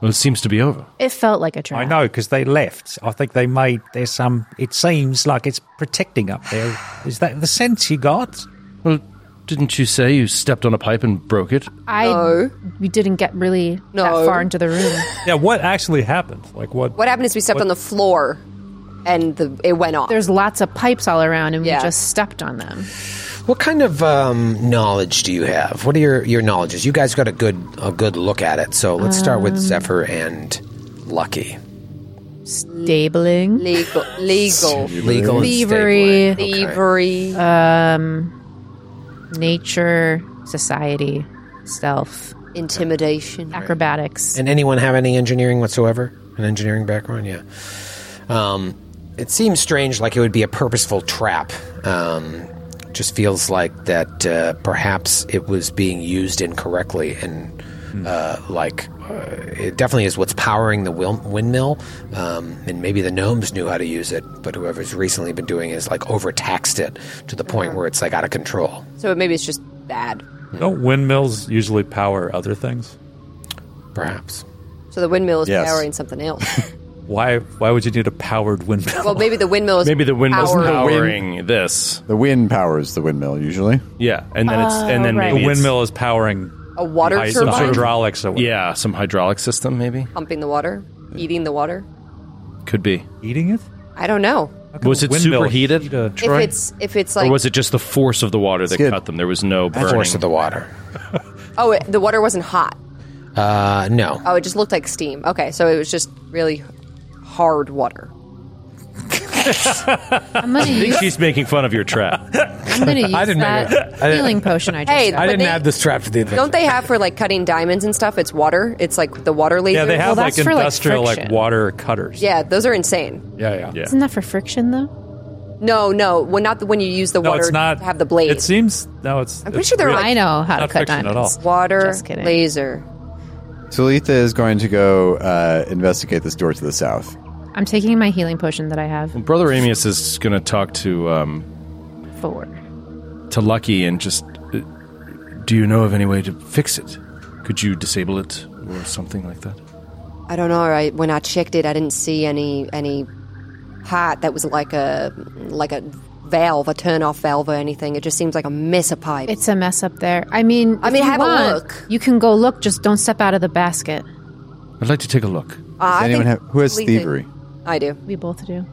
Well, it seems to be over.
It felt like a
I
trap.
know because they left. I think they made there's some. It seems like it's protecting up there. Is that the sense you got?
Well, didn't you say you stepped on a pipe and broke it?
I, We didn't get really that far into the room.
Yeah, what actually happened? Like what?
What happened is we stepped
What-
on the floor, and the it went off.
There's lots of pipes all around and we just stepped on them.
What kind of um, knowledge do you have? What are your, your knowledges? You guys got a good a good look at it. So let's start with
Um,
Zephyr and Lucky.
Stabling.
Legal. Legal.
Legal and
Thievery.
stabling. Thievery.
Um, nature, society, stealth.
Intimidation.
Acrobatics.
And anyone have any engineering whatsoever? An engineering background? Yeah. Um, it seems strange, like it would be a purposeful trap. Um, just feels like that uh, perhaps it was being used incorrectly, and uh, like uh, it definitely is what's powering the wil- windmill. Um, and maybe the gnomes knew how to use it, but whoever's recently been doing it is like overtaxed it to the point where it's like out of control.
So maybe it's just bad.
Don't windmills usually power other things?
Perhaps.
So the windmill is
Yes.
powering something else.
Why? Why would you need a powered windmill?
well, maybe the windmill is
this.
The wind powers the windmill usually.
Yeah, and
then it's- and then Oh, right. maybe
the
it's-
windmill is powering
a water
hy-
turbine
hydraulics. Or
yeah, some hydraulic system maybe
pumping the water, eating the water.
could be
eating it.
I don't know.
Was it
windmill
superheated?
If it's if it's like
or was it just the force of the water that cut them? There was no
That's
burning.
force of the water.
oh it, the water wasn't hot.
Uh, no.
Oh, it just looked like steam. Okay, so it was just really hard water.
I'm gonna
I think
use.
she's making fun of your trap.
I'm gonna use
I didn't
that
make it up. I didn't-
healing potion I just.
Hey,
got.
but they-
this trap for the
Don't they have for like cutting diamonds and stuff? It's water. It's like the water laser.
Yeah, they have like industrial like, water cutters.
yeah, those are insane.
Yeah, yeah, yeah.
Isn't that for friction though?
No, no, when not the, when you use the
No,
water
it's not.
to have the blade.
It seems no, it's.
I'm pretty sure they're.
really-
like-
not fiction at all.
Water laser.
Talitha is going to go uh, investigate this door to the south.
I'm taking my healing potion that I have.
Brother Amius is going to talk to um,
Four.
to Lucky and just. uh, Do you know of any way to fix it? Could you disable it or something like that?
I don't know. I, when I checked it, I didn't see any any part that was like a like a valve, a turn off valve or anything. It just seems like a mess of pipe.
It's a mess up there. I mean,
I
if
mean,
you
have a
want,
look.
You can go look. Just don't step out of the basket.
I'd like to take a
Uh,
look.
I
anyone
think-
have- who has
Talitha-
thievery?
I do.
We both do.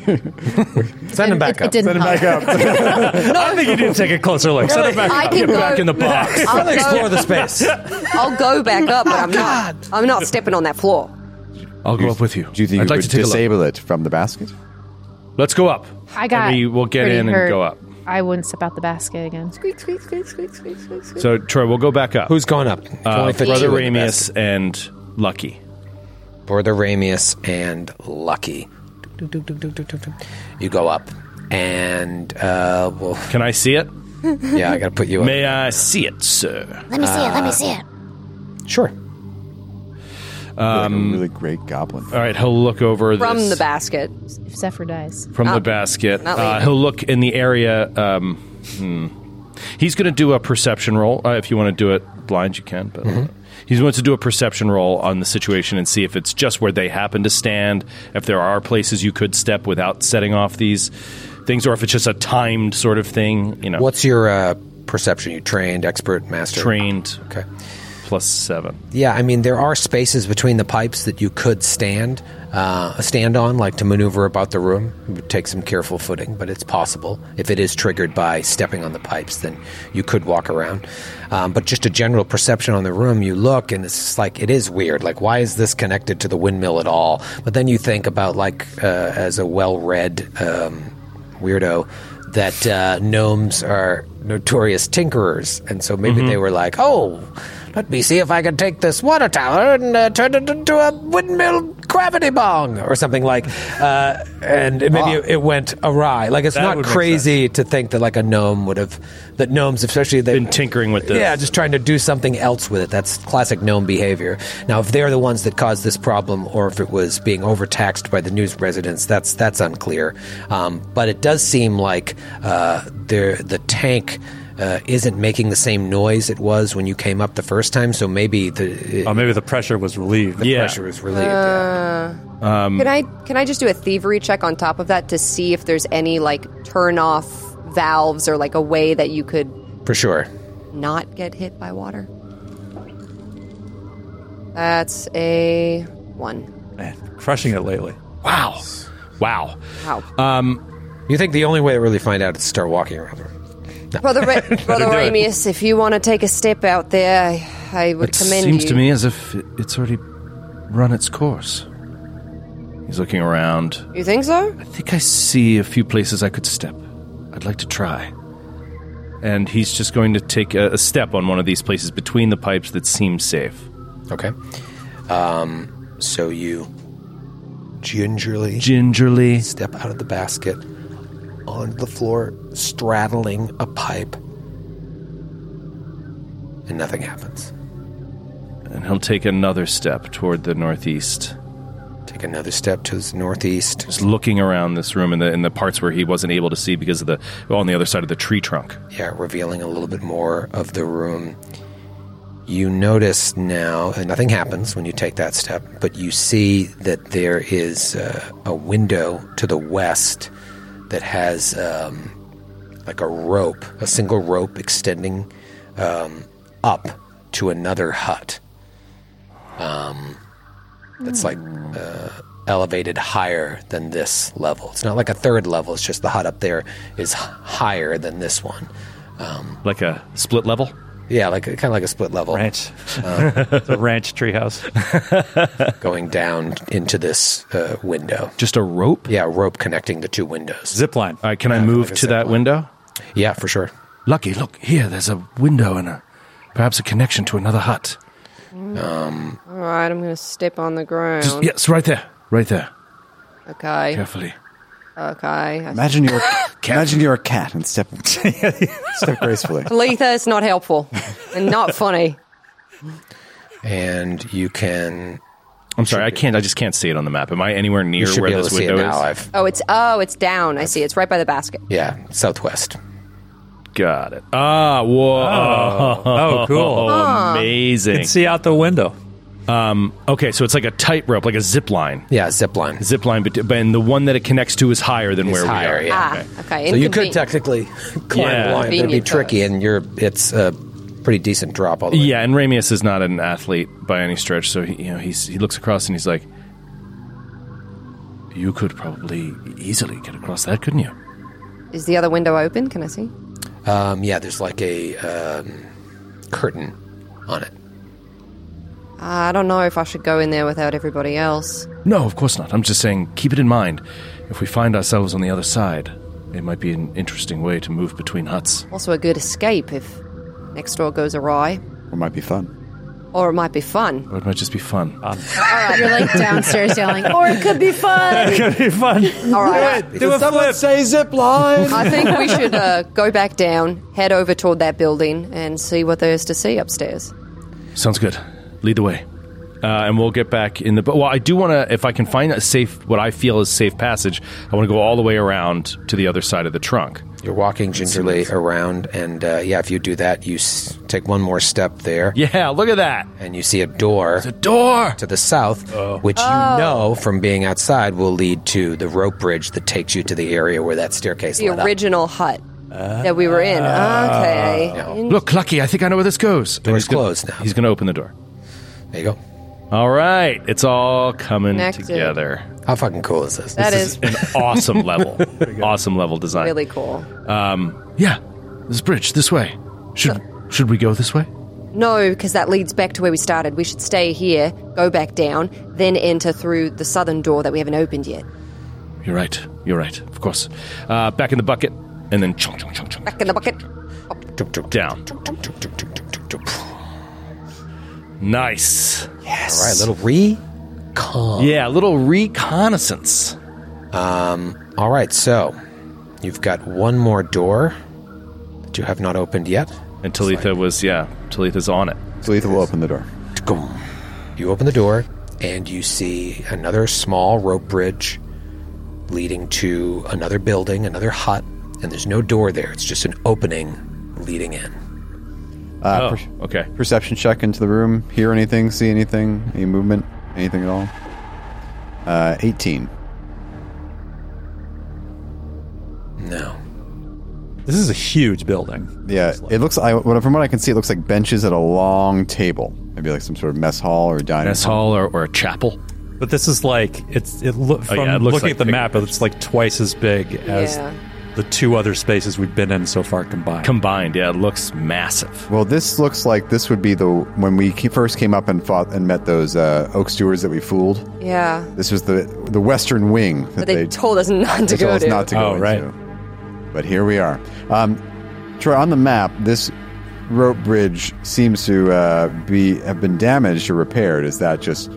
Send him back
it
up.
didn't
Send him back
help.
up.
I think you need to take a closer look. Set it back
I
up.
can Get go- back in
the box.
I'll go-
explore the space.
I'll go back up,
Oh,
but I'm not. I'm not stepping on that floor.
I'll go up with you.
Do you think
I'd
you
like
would
to take a look.
disable it from the basket?
Let's go up.
I got.
And we will get
pretty
in and
hurt.
go up.
I wouldn't step out the basket again.
Squeak, squeak, squeak, squeak, squeak, squeak, squeak.
So Troy, we'll go back up.
Who's going up?
Uh,
only fit
Brother
two in the
Ramius and Lucky.
Brother Ramius and Lucky. You go up, and uh, well,
can I see it?
Yeah, Uh, I gotta put you. up.
May I see it, sir?
Let me see it. Let me see it.
Sure.
Um,
really great goblin.
All right, he'll look over
From
this-
the basket.
If Zephyr dies.
from the
Not-
basket.
Ah, not
Uh,
leaving.
he'll look in the area. Um, hmm. He's going to do a perception roll. Uh, if you want to do it blind, you can. But uh,
Mm-hmm.
he wants to do a perception roll on the situation and see if it's just where they happen to stand, if there are places you could step without setting off these things, or if it's just a timed sort of thing. You know,
What's your uh, perception? You trained, expert, master?
trained.
Okay.
plus seven.
Yeah, I mean there are spaces between the pipes that you could stand, uh, stand on, like to maneuver about the room. It would take some careful footing, but it's possible. If it is triggered by stepping on the pipes, then you could walk around. Um, but just a general perception on the room, you look and it's just like it is weird. Like why is this connected to the windmill at all? But then you think about like uh, as a well-read um, weirdo that uh, gnomes are notorious tinkerers, and so maybe
Mhm.
they were like, "Oh, let me see if I can take this water tower and uh, turn it into a windmill gravity bong or something like." Uh, and it- maybe
Ah.
it, it went awry. Like it's
That
not
would make
crazy to think that like a gnome would have that gnomes, especially they've been
tinkering with this.
Yeah, just trying to do something else with it. That's classic gnome behavior. Now, if they're the ones that caused this problem, or if it was being overtaxed by the news residents, that's that's unclear. Um, but it does seem like uh, there- the tank. Uh, isn't making the same noise it was when you came up the first time, so maybe the oh,
maybe the pressure was relieved.
The
Yeah.
pressure was relieved.
Uh,
Um,
Can I can I just do a thievery check on top of that to see if there's any like turn off valves or like a way that you could
for sure.
not get hit by water? That's a one.
Crushing it lately.
Wow. Wow.
Wow.
Um, you think the only way to really find out is to start walking around?
Brother Ra- Brother
do it.
Ramius, if you want to take a step out there, I- I would
It
commend
seems
you.
to me as if it- it's already run its course. He's looking around.
You think so?
I think I see a few places I could step. I'd like to try. And he's just going to take a, a step on one of these places between the pipes that seem safe.
Okay. Um, so you gingerly,
gingerly
step out of the basket onto the floor, straddling a pipe, and nothing happens.
And he'll take another step toward the northeast.
Take another step to the northeast.
Just looking around this room in the in the parts where he wasn't able to see because of the on the other side of the tree trunk.
Yeah, revealing a little bit more of the room. You notice now, and nothing happens when you take that step, but you see that there is uh, a window to the west that has um, like a rope, a single rope extending um, up to another hut. Um, that's like uh, elevated higher than this level. It's not like a third level. It's just the hut up there is h- higher than this one. Um,
like a split level.
Yeah, like kind of like a split level
ranch. It's a ranch
treehouse. going down into this uh, window.
Just a rope.
Yeah, a rope connecting the two windows.
Zip line.
All right, can I move to that window?
Yeah, for sure.
Lucky, look here. There's a window and a perhaps a connection to another hut. Um,
All right, I'm gonna step on the ground.
just, yes, right there, right there.
Okay.
Carefully.
Okay. I-
Imagine you're imagine you're a cat and step step gracefully.
Letha, it's not helpful and not funny.
And you can.
I'm sorry, I can't. I just can't see it on the map. Am I anywhere near
should
where
be able
this
to see it
window
now.
is?
I've-
Oh, it's oh, it's down. I see. It's right by the basket.
Yeah, southwest.
Got it. Ah, whoa.
Oh. Oh, cool. Huh.
Amazing.
Can see
out the window. Um, okay, so it's like a tightrope, like a zip line.
Yeah, zip line.
Zip line, but, but and the one that it connects to is higher than where
higher,
we are.
yeah.
Ah, okay.
So you could
inconvenient.
technically climb
Yeah.
the line, but it'd be
Convenient for
tricky, and you're it's a pretty decent drop all the way.
Yeah, and Ramius is not an athlete by any stretch, so he, you know he's he looks across and he's like, "You could probably easily get across that, couldn't you?"
Is the other window open? Can I see?
Um, yeah, there's like a um, curtain on it.
I don't know if I should go in there without everybody else.
No, of course not. I'm just saying, keep it in mind. If we find ourselves on the other side, it might be an interesting way to move between huts.
Also, a good escape if next door goes awry,
It might be fun.
or it might be fun.
Or it might just be fun.
You're like downstairs yelling, or it could be fun.
It could be fun.
All right.
Do it. Do a
someone flip. say zip line?
I think we should uh, go back down, head over toward that building, and see what there is to see upstairs.
Sounds good. Lead the way. Uh, and we'll get back in the. But well, I do want to. If I can find a safe, what I feel is safe passage, I want to go all the way around to the other side of the trunk.
You're walking gingerly around, and uh, yeah, if you do that, you s- take one more step there.
Yeah, look at that.
And you see a door. It's a
door Oh.
to the south, which you know from being outside will lead to the rope bridge that takes you to the area where that staircase
The
led up.
original hut.
Ah.
that we were in. Okay.
Look, Lucky, I think I know where this goes. Door's
closed now.
He's going to open the door.
There you go.
All right. It's all coming
Connected.
together.
How fucking cool is this?
That
That is an awesome level. awesome level design.
Really cool.
Um, yeah. This bridge this way. Should should we go this way?
No, because that leads back to where we started. We should stay here, go back down, then enter through the southern door that we haven't opened yet.
You're right. You're right. Of course. Uh, back in the bucket and then chunk chunk chunk chunk
Back in the bucket.
down. Nice.
Yes. All right, little recon.
Yeah, little reconnaissance.
Um. All right, so you've got one more door that you have not opened yet.
And Talitha was yeah. Talitha's on it.
Talitha will open the door.
You open the door and you see another small rope bridge leading to another building, another hut, and there's no door there. It's just an opening leading in.
Oh,
Uh,
okay.
Perception check into the room. Hear anything? See anything? Any movement? Anything at all? Uh, 18.
No.
This is a huge building.
Yeah, it looks. I what- from what I can see, it looks like benches at a long table. Maybe like some sort of mess hall or dining
Mess
hall or, or a chapel.
But this is like it's it look
Oh,
from
yeah, it looks
looking
like
at the
bigger
map, it's like twice as big as
Yeah.
the two other spaces we've been in so far combined.
Combined, yeah, it looks massive.
Well, this looks like this would be the when we ke- first came up and fought and met those uh, oak stewards that we fooled.
Yeah.
This was the the western wing that
But they, told us not to
they told
go
us
to.
not to go
Oh,
into. But here we are. Um, Troy, on the map, this rope bridge seems to uh, be have been damaged or repaired. Is that just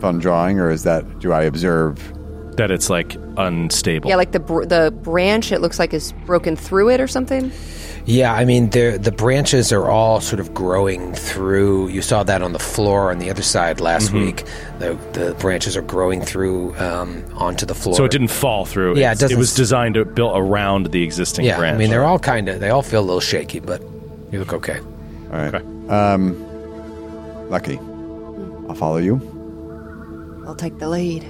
fun drawing, or is that do I observe
that it's like unstable?
Yeah, like the br- the branch. It looks like is broken through it or something.
Yeah, I mean, the the branches are all sort of growing through. You saw that on the floor on the other side last
Mhm.
week. The the branches are growing through um, onto the floor.
So it didn't fall through.
Yeah,
It's-
it
it,
doesn't
was
s-
designed to built around the existing
Yeah,
branch.
I mean, they're all kind of they all feel a little shaky, but you look okay.
All right. Um, Lucky, I'll follow you.
I'll take the lead.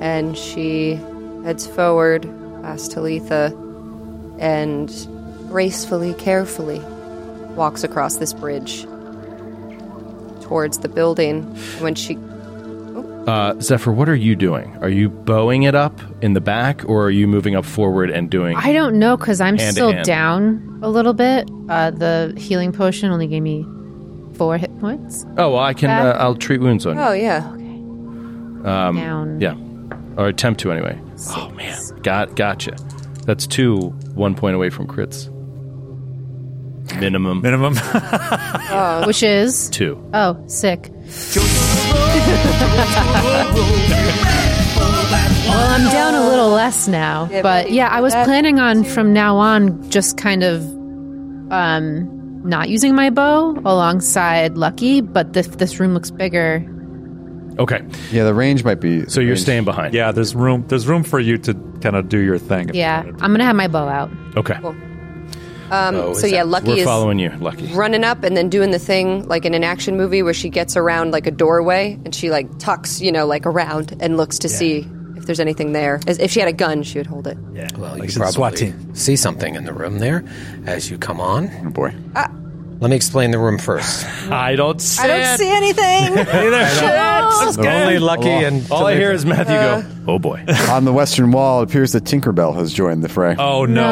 And she heads forward past Talitha and gracefully, carefully walks across this bridge towards the building. When she
uh, Zephyr, what are you doing? Are you bowing it up in the back, or are you moving up forward and doing?
I don't know because I'm
Hand to
still
hand.
down a little bit. Uh, the healing potion only gave me four hit points.
Oh, well, I can. Uh,
Back. Oh,
I'll treat wounds on you.
Oh, yeah.
Um,
Down.
Yeah, or attempt to anyway. Oh man, got gotcha. That's two one point away from crits. Minimum.
Minimum.
Uh, Which is?
Two.
Oh, sick. well, I'm down a little less now, but yeah, I was planning on from now on just kind of um, not using my bow alongside Lucky, but this this room looks bigger.
Okay.
Yeah, the range might be.
So you're
staying behind.
Yeah, there's room. There's room for you to kind of do your thing.
Yeah, I'm gonna have my bow out.
Okay.
um, so yeah, Lucky is
you, Oh, Lucky.
running up and then doing the thing like in an action movie where she gets around like a doorway and she like tucks, you know, like around and looks to see if there's anything there. As if she had a gun, she would hold it.
Yeah.
Well,
Like
you
some
probably
SWAT
see something in the room there as you come on.
Oh boy!
Let me explain the room first.
I don't
see
I don't see anything.
Only Lucky and All I hear is Matthew
Uh,
go, "Oh boy!"
on the western wall, it appears that Tinkerbell has joined the fray.
Oh no!
No.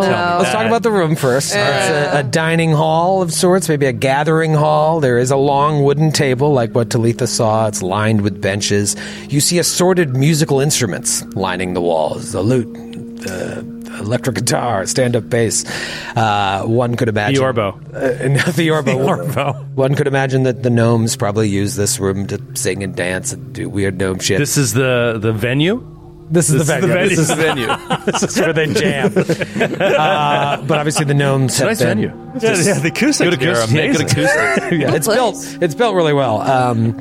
Don't tell me
Let's
that.
talk about the room first. It's a, a dining hall of sorts, maybe a gathering hall. There is a long wooden table, like what Talitha saw. It's lined with benches. You see assorted musical instruments lining the walls the lute, the electric guitar, stand up bass. Uh, one could imagine.
The orbo.
Uh, and the orbo. One could imagine that the gnomes probably use this room to sing and dance and do weird gnome shit.
This is the the venue.
This is the venue.
This is the venue.
this is where they jam.
uh, but obviously the gnomes have
Nice
been
venue.
just-
Yeah, yeah, the acoustics Good there are acoustics. Yeah, good amazing. acoustics.
yeah,
Good
it's
place.
built. It's built really well. Um,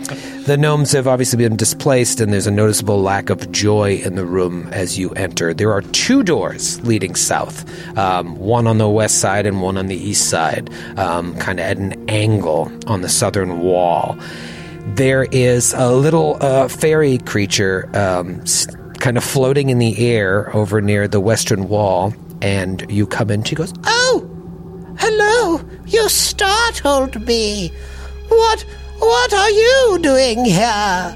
the gnomes have obviously been displaced, and there's a noticeable lack of joy in the room as you enter. There are two doors leading south, um, one on the west side and one on the east side, um, kind of at an angle on the southern wall there is a little uh, fairy creature um, s- kind of floating in the air over near the western wall. and you come in. She goes,
Oh, hello! You startled me. What? What are you doing here?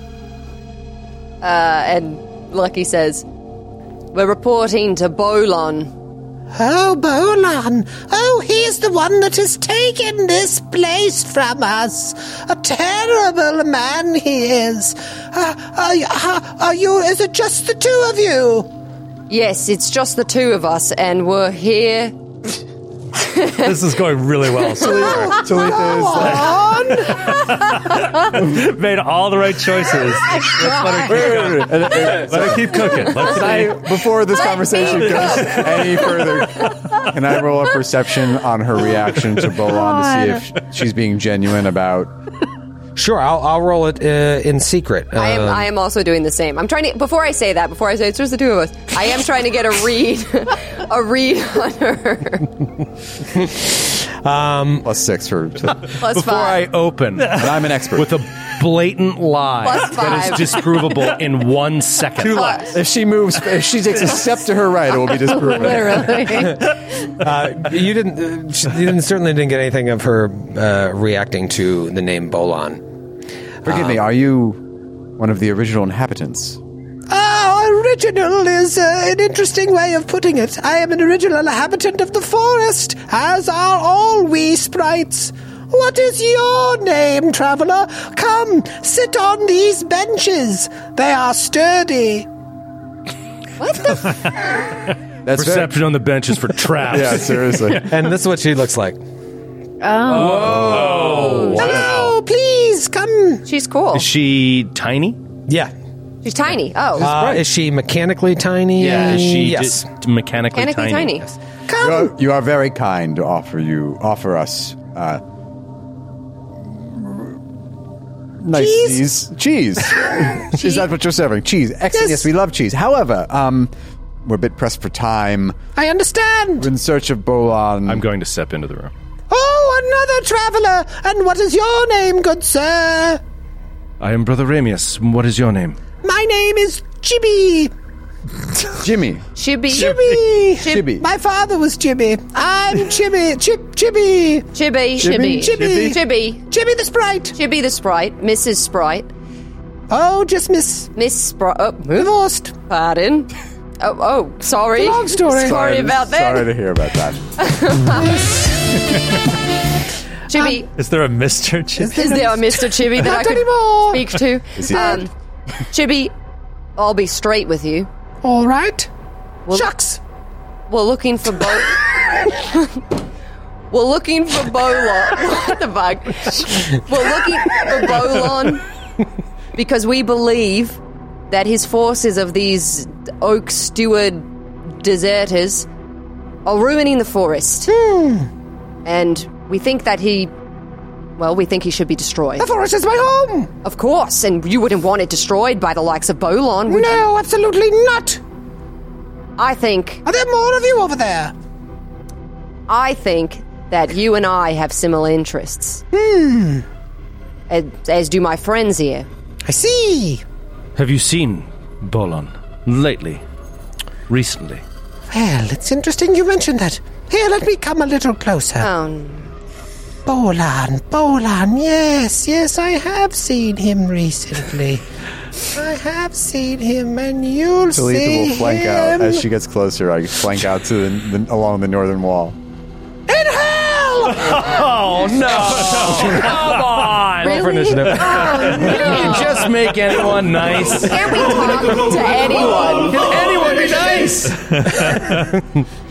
Uh, and Lucky says, We're reporting to Bolon.
Oh, Bolan. Oh, he's the one that has taken this place from us. A terrible man he is. Uh, are, y- uh, are you. Is it just the two of you?
Yes, it's just the two of us, and we're here.
this is going really well. so far.
Oh,
Made all the right choices.
Oh
Let's let her keep, going. Let her keep cooking. Let's
Can I,
see.
before this
Let
conversation
me
goes any further, can I roll a perception on her reaction to Bolan to see if she's being genuine about?
Sure, I'll, "Oh, I'll roll it uh, in secret. Uh,
I am, I am also doing the same. I'm trying to, before I say that, before I say it's just the two of us, I am trying to get a read, a read on her.
Um,
plus six for
Plus
Before
five.
I open,
I'm an expert
with a blatant lie
Plus
that
five.
is disprovable in one second.
Two lies. If she moves, if she takes a step to her right, it will be disproven.
uh, you didn't. Uh, sh- you didn't, certainly didn't get anything of her uh, reacting to the name Bolan. Um,
Forgive me. Are you one of the original inhabitants?
Oh, original is uh, an interesting way of putting it. I am an original inhabitant of the forest, as are all we sprites. What is your name, traveler? Come, sit on these benches. They are sturdy.
What the?
That's
Perception on the bench is for traps.
Yeah, seriously.
and this is what she looks like.
Oh,
Hello, please come.
She's cool.
Is she tiny?
Yeah.
She's tiny. Oh,
Uh, is she mechanically tiny?
Yeah, is she
yes.
just mechanically,
Mechanically tiny.
You are, you are very kind to offer you offer us uh, nice cheese. Cheese. Is that what you're serving? Cheese. Excellent. Yes, we love cheese. However, um, we're a bit pressed for time.
I understand.
We're in search of Bolan. I'm
going to step into the room.
Oh, another traveler. And what is your name, good sir?
I am Brother Ramius. What is your name?
My name is Jibby.
Jimmy.
Chibi.
Chibi.
Chibi.
My father was Chibi. I'm Chibi. Chip, Chibi.
Chibi,
Chibi.
Chibi,
Chibi.
Chibi,
Chibi the Sprite.
Chibi the Sprite, Mrs. Sprite.
Oh, just Miss.
Miss Sprite. Oh,
divorced.
Pardon. Oh, oh, sorry.
Long story.
Sorry, about that.
Sorry to hear about that.
Chibi,
Is there a Mr. Chip?
is there a Mr. Chibi that I
Not
could
anymore.
speak to?
Is he-
Um, Chibi, I'll be straight with you.
All right. Shucks.
We're looking for Bo. We're looking for Bolon. What the fuck? We're looking for Bolon because we believe that his forces of these Oak Steward deserters are ruining the forest.
Hmm.
And we think that he. Well, we think he should be destroyed.
The forest is my home.
Of course, and you wouldn't want it destroyed by the likes of Bolon, would you?
No, absolutely not.
I think.
Are there more of you over there?
I think that you and I have similar interests.
Hmm.
as, as do my friends here.
I see.
Have you seen Bolon lately? Recently?
Well, it's interesting you mentioned that. Here, let me come a little closer.
Oh,
Bolan, Bolan, yes, yes, I have seen him recently. I have seen him, and you'll
Talitha
see
will flank
him.
out as she gets closer. I flank out to the, the, along the northern wall.
Oh,
Oh,
no. Come on. Can you just make anyone nice?
Can we talk to anyone?
Can anyone be nice?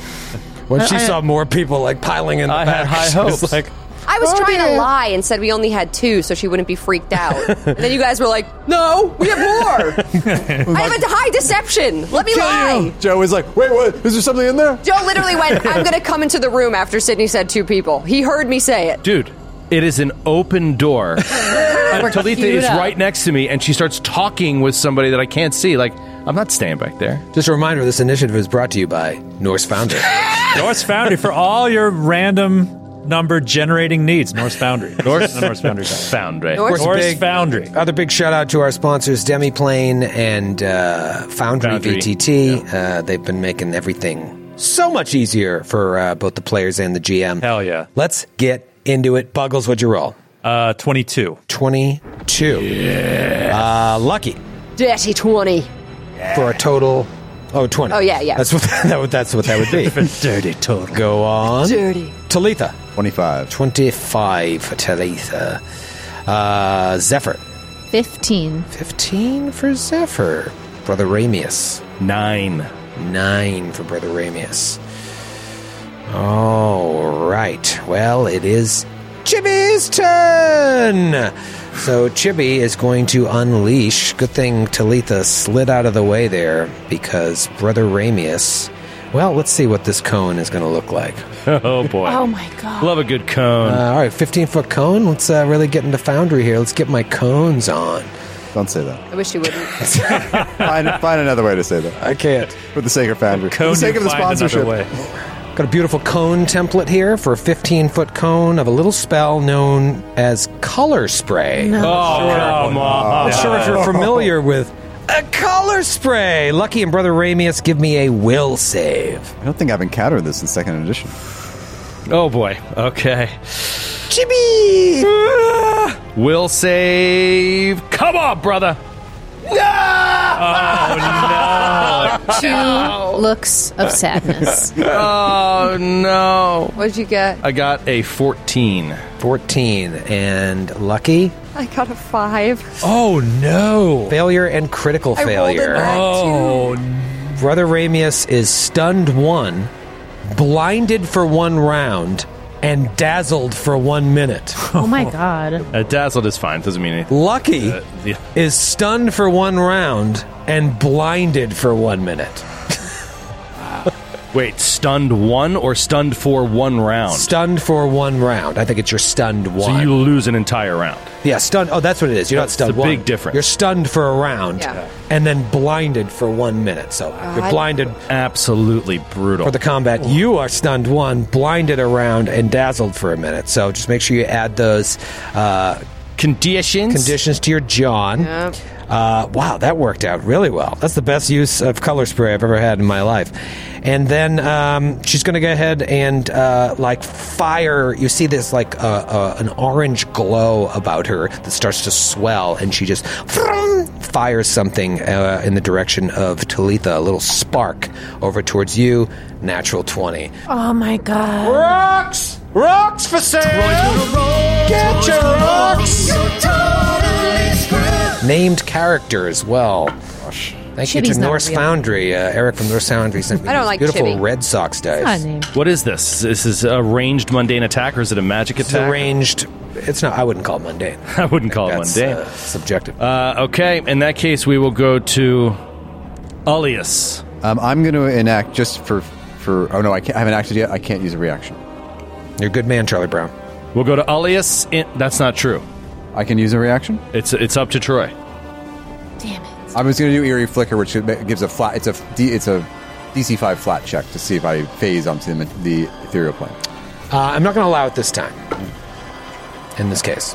When she saw more people like piling in, the I back,
high
she was
hopes.
Like,
I was trying to lie and said we only had two so she wouldn't be freaked out. and then you guys were like, no, we have more. I have a high deception. Let me lie.
Joe was like, "Wait, what? Is there something in there?"
Joe literally went, I'm going to come into the room after Sydney said two people. He heard me say it.
Dude, it is an open door. And Talitha
queued
is
up.
right next to me, and she starts talking with somebody that I can't see. Like, I'm not staying back there.
Just a reminder: this initiative is brought to you by Norse Founder.
Norse Foundry for all your random number generating needs. Norse Foundry.
Norse-
The Norse Foundry.
Foundry.
Of course,
Norse,
big-
Foundry.
Other big shout out to our sponsors, Demiplane and uh, Foundry,
Foundry.
VTT. Uh, they've been making everything so much easier for uh, both the players and the GM. Hell
yeah.
Let's get into it. Buggles, what'd you roll?
Uh, 22.
22. Yeah. Uh, lucky
Dirty 20.
for a total. Oh, 20.
Oh, yeah, yeah.
That's what that, would- that's what that would be. Dirty total. Go on.
Dirty.
Talitha. 25. 25 for Talitha. Uh, Zephyr.
15.
15 for Zephyr. Brother Ramius. Nine. Nine for Brother Ramius. All right. Well, it is Chibi's turn. So Chibi is going to unleash. Good thing Talitha slid out of the way there because Brother Ramius. Well, let's see what this cone is going to look like.
Oh boy.
Oh my god.
Love a good cone.
Uh, all right, 15 foot cone. Let's uh, really get into Foundry here. Let's get my cones on.
Don't say that.
I wish you wouldn't.
find, find another way to say that.
I can't.
For the sake of foundry. For the sake of the sponsorship.
Got a beautiful cone template here for a 15 foot cone of a little spell known as color spray.
No. Oh,
Sure.
come on.
I'm sure if you're familiar with a color spray. Lucky and Brother Ramius, give me a will save.
I don't think I've encountered this in second edition.
Oh boy. Okay.
Chibi!
Will save. Come on, brother.
Two looks of sadness.
oh no.
What'd you get?
I got a 14.
14 and lucky.
I got a five.
Oh no. Failure and critical
I rolled
failure.
a nat
Oh. Brother Ramius is stunned one, blinded for one round, and dazzled for one minute.
Oh my god.
Uh, dazzled is fine. Doesn't mean anything.
Lucky
Uh, yeah.
is stunned for one round and blinded for one minute.
Wait, stunned one or stunned for one round?
Stunned for one round. I think it's your stunned one.
So you lose an entire round.
Yeah, stunned. Oh, that's what it is. You're
That's
not stunned.
the
one.
big difference.
You're stunned for a round,
Yeah. Yeah.
and then blinded for one minute. So
Uh,
you're
God.
blinded.
Absolutely brutal
for the combat. You are stunned one, blinded a round, and dazzled for a minute. So just make sure you add those uh,
conditions
conditions to your John. Uh, wow, that worked out really well. That's the best use of color spray I've ever had in my life. And then um, she's going to go ahead and uh, like fire. You see this like uh, uh, an orange glow about her that starts to swell, and she just fires something uh, in the direction of Talitha, a little spark over towards you. Natural twenty.
Oh my god.
Rocks! Rocks for sale! Get your rocks! Named character as well. Thank you
Chibi's
to
not
Norse
real.
Foundry. Uh, Eric from Norse Foundry sent me
I don't
these
like
beautiful
Chibi.
Red Sox dice.
What is this? This is a ranged mundane attack, or is it a magic
It's
attack?
arranged. It's not. I wouldn't call it mundane.
I wouldn't call it
That's,
mundane.
uh, subjective.
Uh, okay, in that case, we will go to Alias.
Um, I'm going to enact just for for. Oh no, I, can't, I haven't acted yet. I can't use a reaction.
You're a good man, Charlie Brown.
We'll go to Alias. In, that's not true.
I can use a reaction.
It's it's up to Troy.
I was going to do eerie flicker, which gives a flat. It's a D, it's a DC five flat check to see if I phase onto the, the ethereal plane.
Uh, I'm not going to allow it this time. In this case,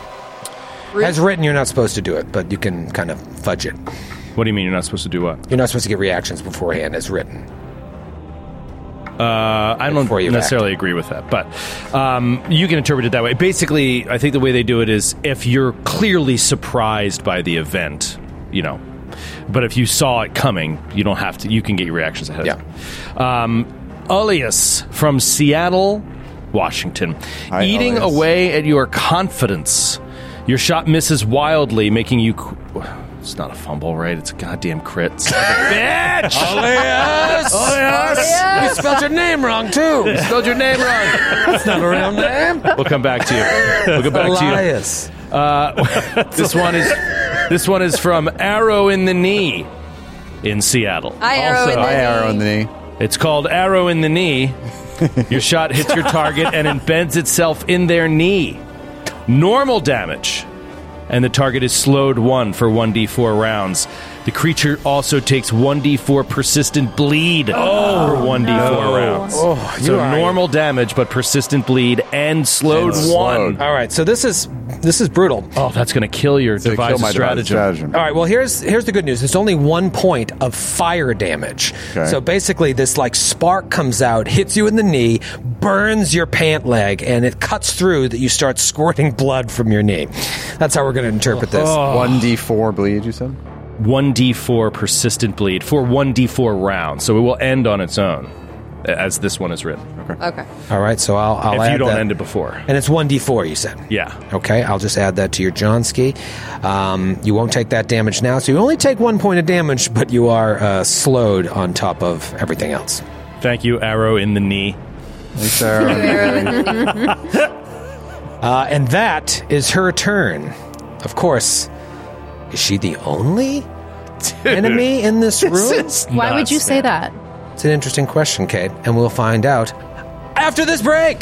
as written, you're not supposed to do it, but you can kind of fudge it.
What do you mean you're not supposed to do what?
You're not supposed to get reactions beforehand, as written.
Uh, I don't
you
necessarily agree with that, but um, you can interpret it that way. Basically, I think the way they do it is if you're clearly surprised by the event, you know, but if you saw it coming, you don't have to. You can get your reactions ahead. Yeah. Of time. Um, Alias from Seattle, Washington, eating
Alias.
away at your confidence. Your shot misses wildly, making you. qu- It's not a fumble, right? It's a goddamn crit. Bitch!
Alias!
Alias!
You spelled your name wrong, too.
You spelled your name wrong.
That's not a real name.
We'll come back to you. We'll come back
Elias.
to you. Uh, this one is this one is from Arrow in the Knee in Seattle.
I arrow in the I arrow knee. in
knee.
It's called Arrow in the Knee. Your shot hits your target and it bends itself in their knee. Normal damage. And the target is slowed one for 1d4 rounds. The creature also takes 1d4 persistent bleed for 1d4
no.
rounds.
Oh, you
so
are-
normal damage, but persistent bleed and slowed
And slowed.
one.
All right, so this is this is brutal.
Oh, that's going to kill your device
my
stratagem.
All right. Well, here's here's the good news. It's only one point of fire damage.
Okay.
So basically, this like spark comes out, hits you in the knee, burns your pant leg, and it cuts through that you start squirting blood from your knee. That's how we're going to interpret this.
Oh.
One d four bleed. You said.
1d4 persistent bleed for 1d4 rounds, so it will end on its own a- as this one is written. Okay.
Okay.
All right. So I'll, I'll
if
add
you don't
that.
end it before.
And it's 1d4, you said?
Yeah.
Okay, I'll just add that to your Johnski. Um, you won't take that damage now, so you only take one point of damage, but you are uh, slowed on top of everything else.
Thank you, Arrow in the knee.
Thanks,
Uh, and that is her turn. Of course, is she the only enemy in this room?
Why would you say that?
It's an interesting question, Kate, and we'll find out after this break.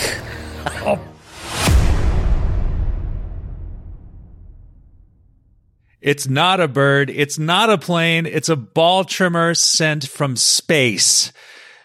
It's not a bird. It's not a plane. It's a ball trimmer sent from space.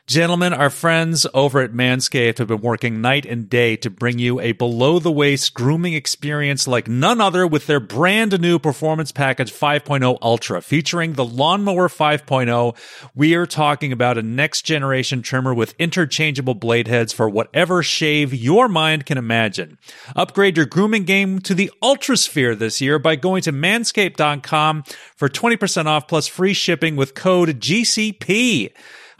Gentlemen, our friends over at Manscaped have been working night and day to bring you a below the waist grooming experience like none other with their brand new Performance Package 5.0 Ultra featuring the Lawnmower 5.0. We are talking about a next generation trimmer with interchangeable blade heads for whatever shave your mind can imagine. Upgrade your grooming game to the Ultrasphere this year by going to manscaped.com for 20% off plus free shipping with code GCP.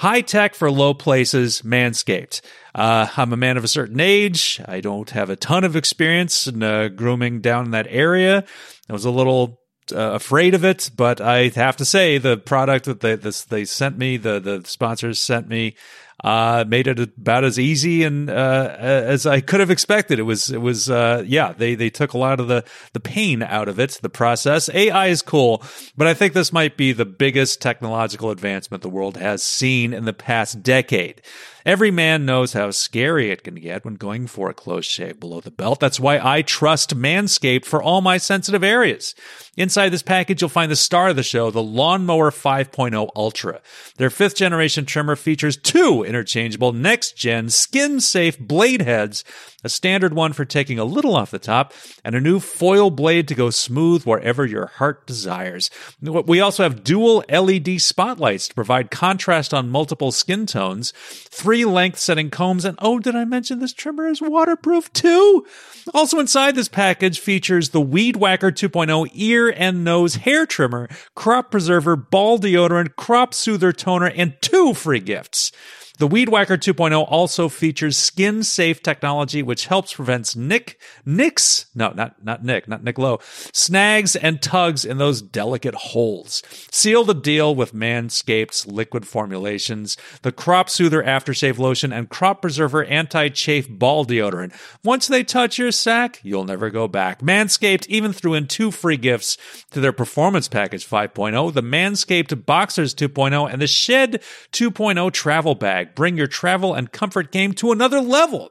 High tech for low places, Manscaped. Uh, I'm a man of a certain age. I don't have a ton of experience in uh, grooming down in that area. I was a little uh, afraid of it, but I have to say the product that they this, they sent me, the the sponsors sent me, uh, made it about as easy and uh, as I could have expected. It was it was uh, yeah they they took a lot of the the pain out of it. The process AI is cool, but I think this might be the biggest technological advancement the world has seen in the past decade. Every man knows how scary it can get when going for a close shave below the belt. That's why I trust Manscaped for all my sensitive areas. Inside this package, you'll find the star of the show, the Lawnmower 5.0 Ultra. Their fifth generation trimmer features two interchangeable next gen skin safe blade heads, a standard one for taking a little off the top, and a new foil blade to go smooth wherever your heart desires. We also have dual LED spotlights to provide contrast on multiple skin tones, three length setting combs, and oh, did I mention this trimmer is waterproof too? Also inside this package features the Weed Whacker 2.0 ear and nose hair trimmer, crop preserver, ball deodorant, crop soother toner, and two free gifts. The Weed Whacker 2.0 also features skin safe technology, which helps prevents nick, nicks, no, not, not nick, not nick low, snags and tugs in those delicate holes. Seal the deal with Manscaped's liquid formulations, the Crop Soother Aftershave Lotion, and Crop Preserver Anti Chafe Ball Deodorant. Once they touch your sack, you'll never go back. Manscaped even threw in two free gifts to their Performance Package 5.0, the Manscaped Boxers 2.0, and the Shed 2.0 Travel Bag. Bring your travel and comfort game to another level.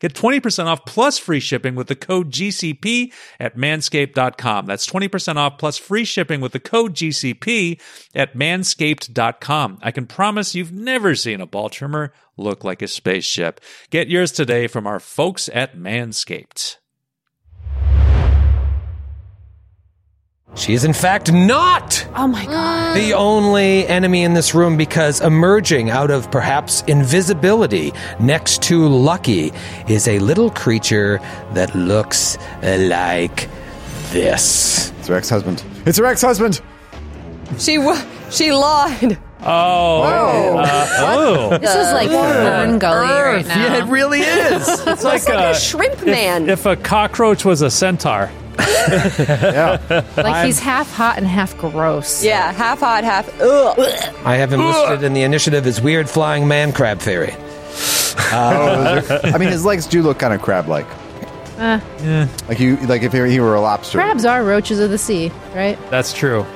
Get 20% off plus free shipping with the code GCP at manscaped.com. That's 20% off plus free shipping with the code GCP at manscaped.com. I can promise you've never seen a ball trimmer look like a spaceship. Get yours today from our folks at Manscaped.
She is, in fact, not
Oh my god.
The only enemy in this room because emerging out of perhaps invisibility next to Lucky is a little creature that looks like this.
It's her ex-husband. It's her ex-husband.
She wa- she lied.
Oh.
Oh.
oh.
This is like Fern Gully right now.
Yeah, it really is.
It's
It's like,
like uh,
a,
a-
shrimp man.
If a cockroach was a centaur.
yeah.
Like he's half hot and half gross.
yeah, half hot, half ugh.
I have him listed in the initiative as Weird Flying Man Crab Fairy.
Oh, those are- I mean, his legs do look kind of crab-like.
Uh,
Like you, like if he were a lobster.
crabs are roaches of the sea, right?
That's true.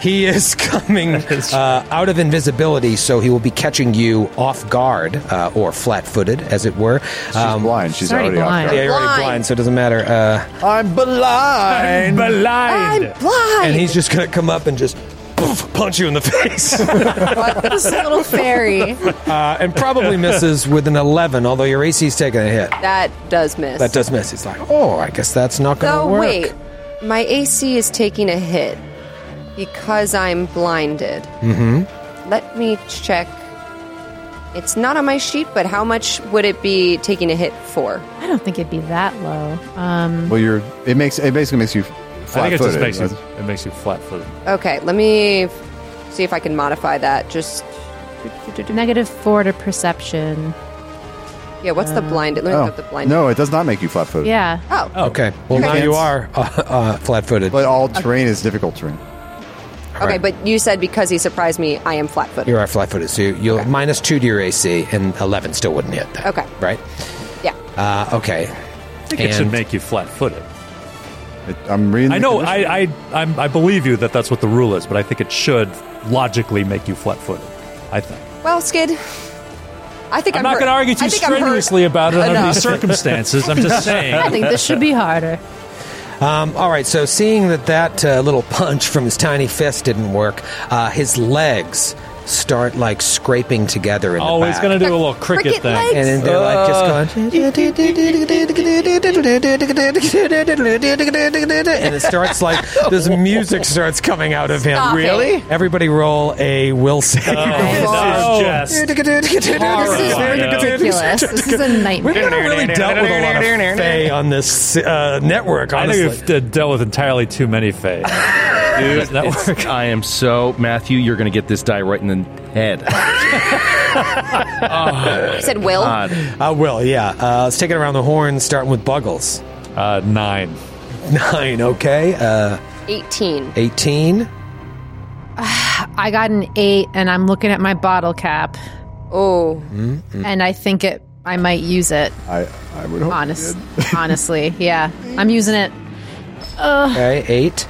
He is coming uh, out of invisibility, so he will be catching you off guard uh, or flat-footed, as it were. She's
blind. She's
already already off blind. guard.
Yeah, you're already
Blind.
blind, so it doesn't matter. Uh,
I'm blind.
blind.
I'm blind.
and he's just going to come up and just
poof, punch you in the face.
this little fairy.
Uh, and probably misses with an 11, although your AC's taking a hit.
That does miss.
That does miss. It's like, oh, I guess that's not going to
So
work.
wait, my AC is taking a hit because I'm blinded.
Mm-hmm.
Let me check. It's not on my sheet, but how much would it be taking a hit for?
I don't think it'd be that low. Um,
Well, you're. It makes. It basically makes you
I
flat
think it just makes you,
footed.
it makes you flat footed.
Okay, let me f- see if I can modify that. Just
negative four to perception.
yeah. What's the
Uh,
blinded? Let me look up the blinded.
Oh. no, it does not make you flat footed.
Yeah.
Oh.
Okay. Well,
Okay.
now you are uh, uh, flat footed.
But all terrain is difficult terrain.
Okay, but you said because he surprised me, I am flat footed.
You are flat footed. So you- you'll minus 2 to your AC, and 11 still wouldn't hit that.
Okay.
Right?
Yeah.
Uh, okay.
I think it should make you flat footed.
I'm reading.
I know. I I I'm, I believe you that that's what the rule is, but I think it should logically make you flat footed. I think.
Well, Skid, I think
I'm
I'm
not
hurt.
going to argue
I
too
think I'm hurt.
strenuously about it under
Enough.
these circumstances. I'm just saying.
I think this should be harder.
Um, all right, so seeing that that uh, little punch from his tiny fist didn't work, uh, his legs start like scraping together in
Oh,
the
he's
back.
gonna do a little cricket Cricket thing. legs.
And then they're like just
Uh.
going, and it starts like this music starts coming out of him.
Stop Really? it.
Everybody roll a will save.
Oh,
ridiculous. This is a nightmare.
We've never really dealt with a lot of Faye on this uh, network.
I
Honestly,
think we've d- dealt with entirely too many Faye.
Dude, it's- I am so Matthew. You're going to get this die right in the head.
You said Will?
Uh, Will, yeah. Uh, let's take it around the horn, starting with Buggles.
Uh, nine.
Nine, okay. Uh,
18.
18.
I got an eight, and I'm looking at my bottle cap.
Oh.
And I think it. I might use it.
I I would hope.
Honest, honestly, yeah. I'm using it. Ugh.
Okay, eight.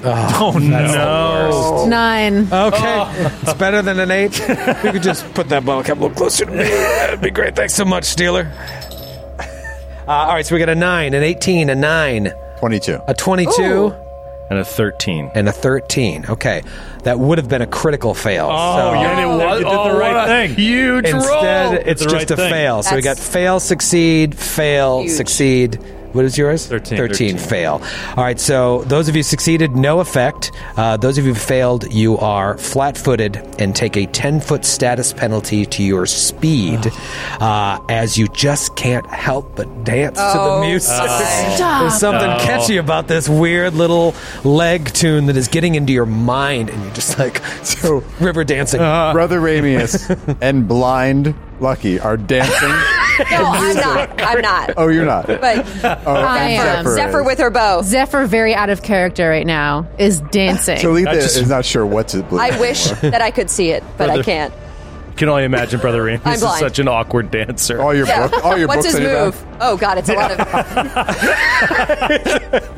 Oh, that's the worst.
Nine.
Okay,
Oh.
it's better than an eight. You could just put that bottle cap a little closer to me. That'd be great. Thanks so much, Steeler. Uh, all right, so we got a nine, an eighteen, a nine,
twenty-two,
a twenty-two,
Ooh. and a thirteen,
and a thirteen. Okay, that would have been a critical fail.
Oh,
so
you did the right thing.
Huge
instead, it's
The
just
right
a
thing.
fail. So we got fail, succeed, fail,
Huge.
succeed. What is yours? 13. 13, fail. All right, so those of you succeeded, no effect. Uh, those of you who failed, you are flat footed and take a 10 foot status penalty to your speed uh, as you just can't help but dance to
Oh,
the music.
my Stop.
There's something
God.
catchy about this weird little leg tune that is getting into your mind, and you're just like river dancing.
Uh.
Brother Ramius and blind Lucky are dancing.
No, I'm not. I'm not.
oh, you're not.
But
Oh,
I am.
Zephyr Zephyr is.
with her bow.
Zephyr, very out of character right now, is dancing.
So Letha is not sure what to believe.
I wish that I could see it, but I
Brother.
can't.
Can only imagine, brother Reem.
I'm
This is
blind.
such an awkward dancer. All
your
Yeah. What's his move? Oh God, it's a lot of.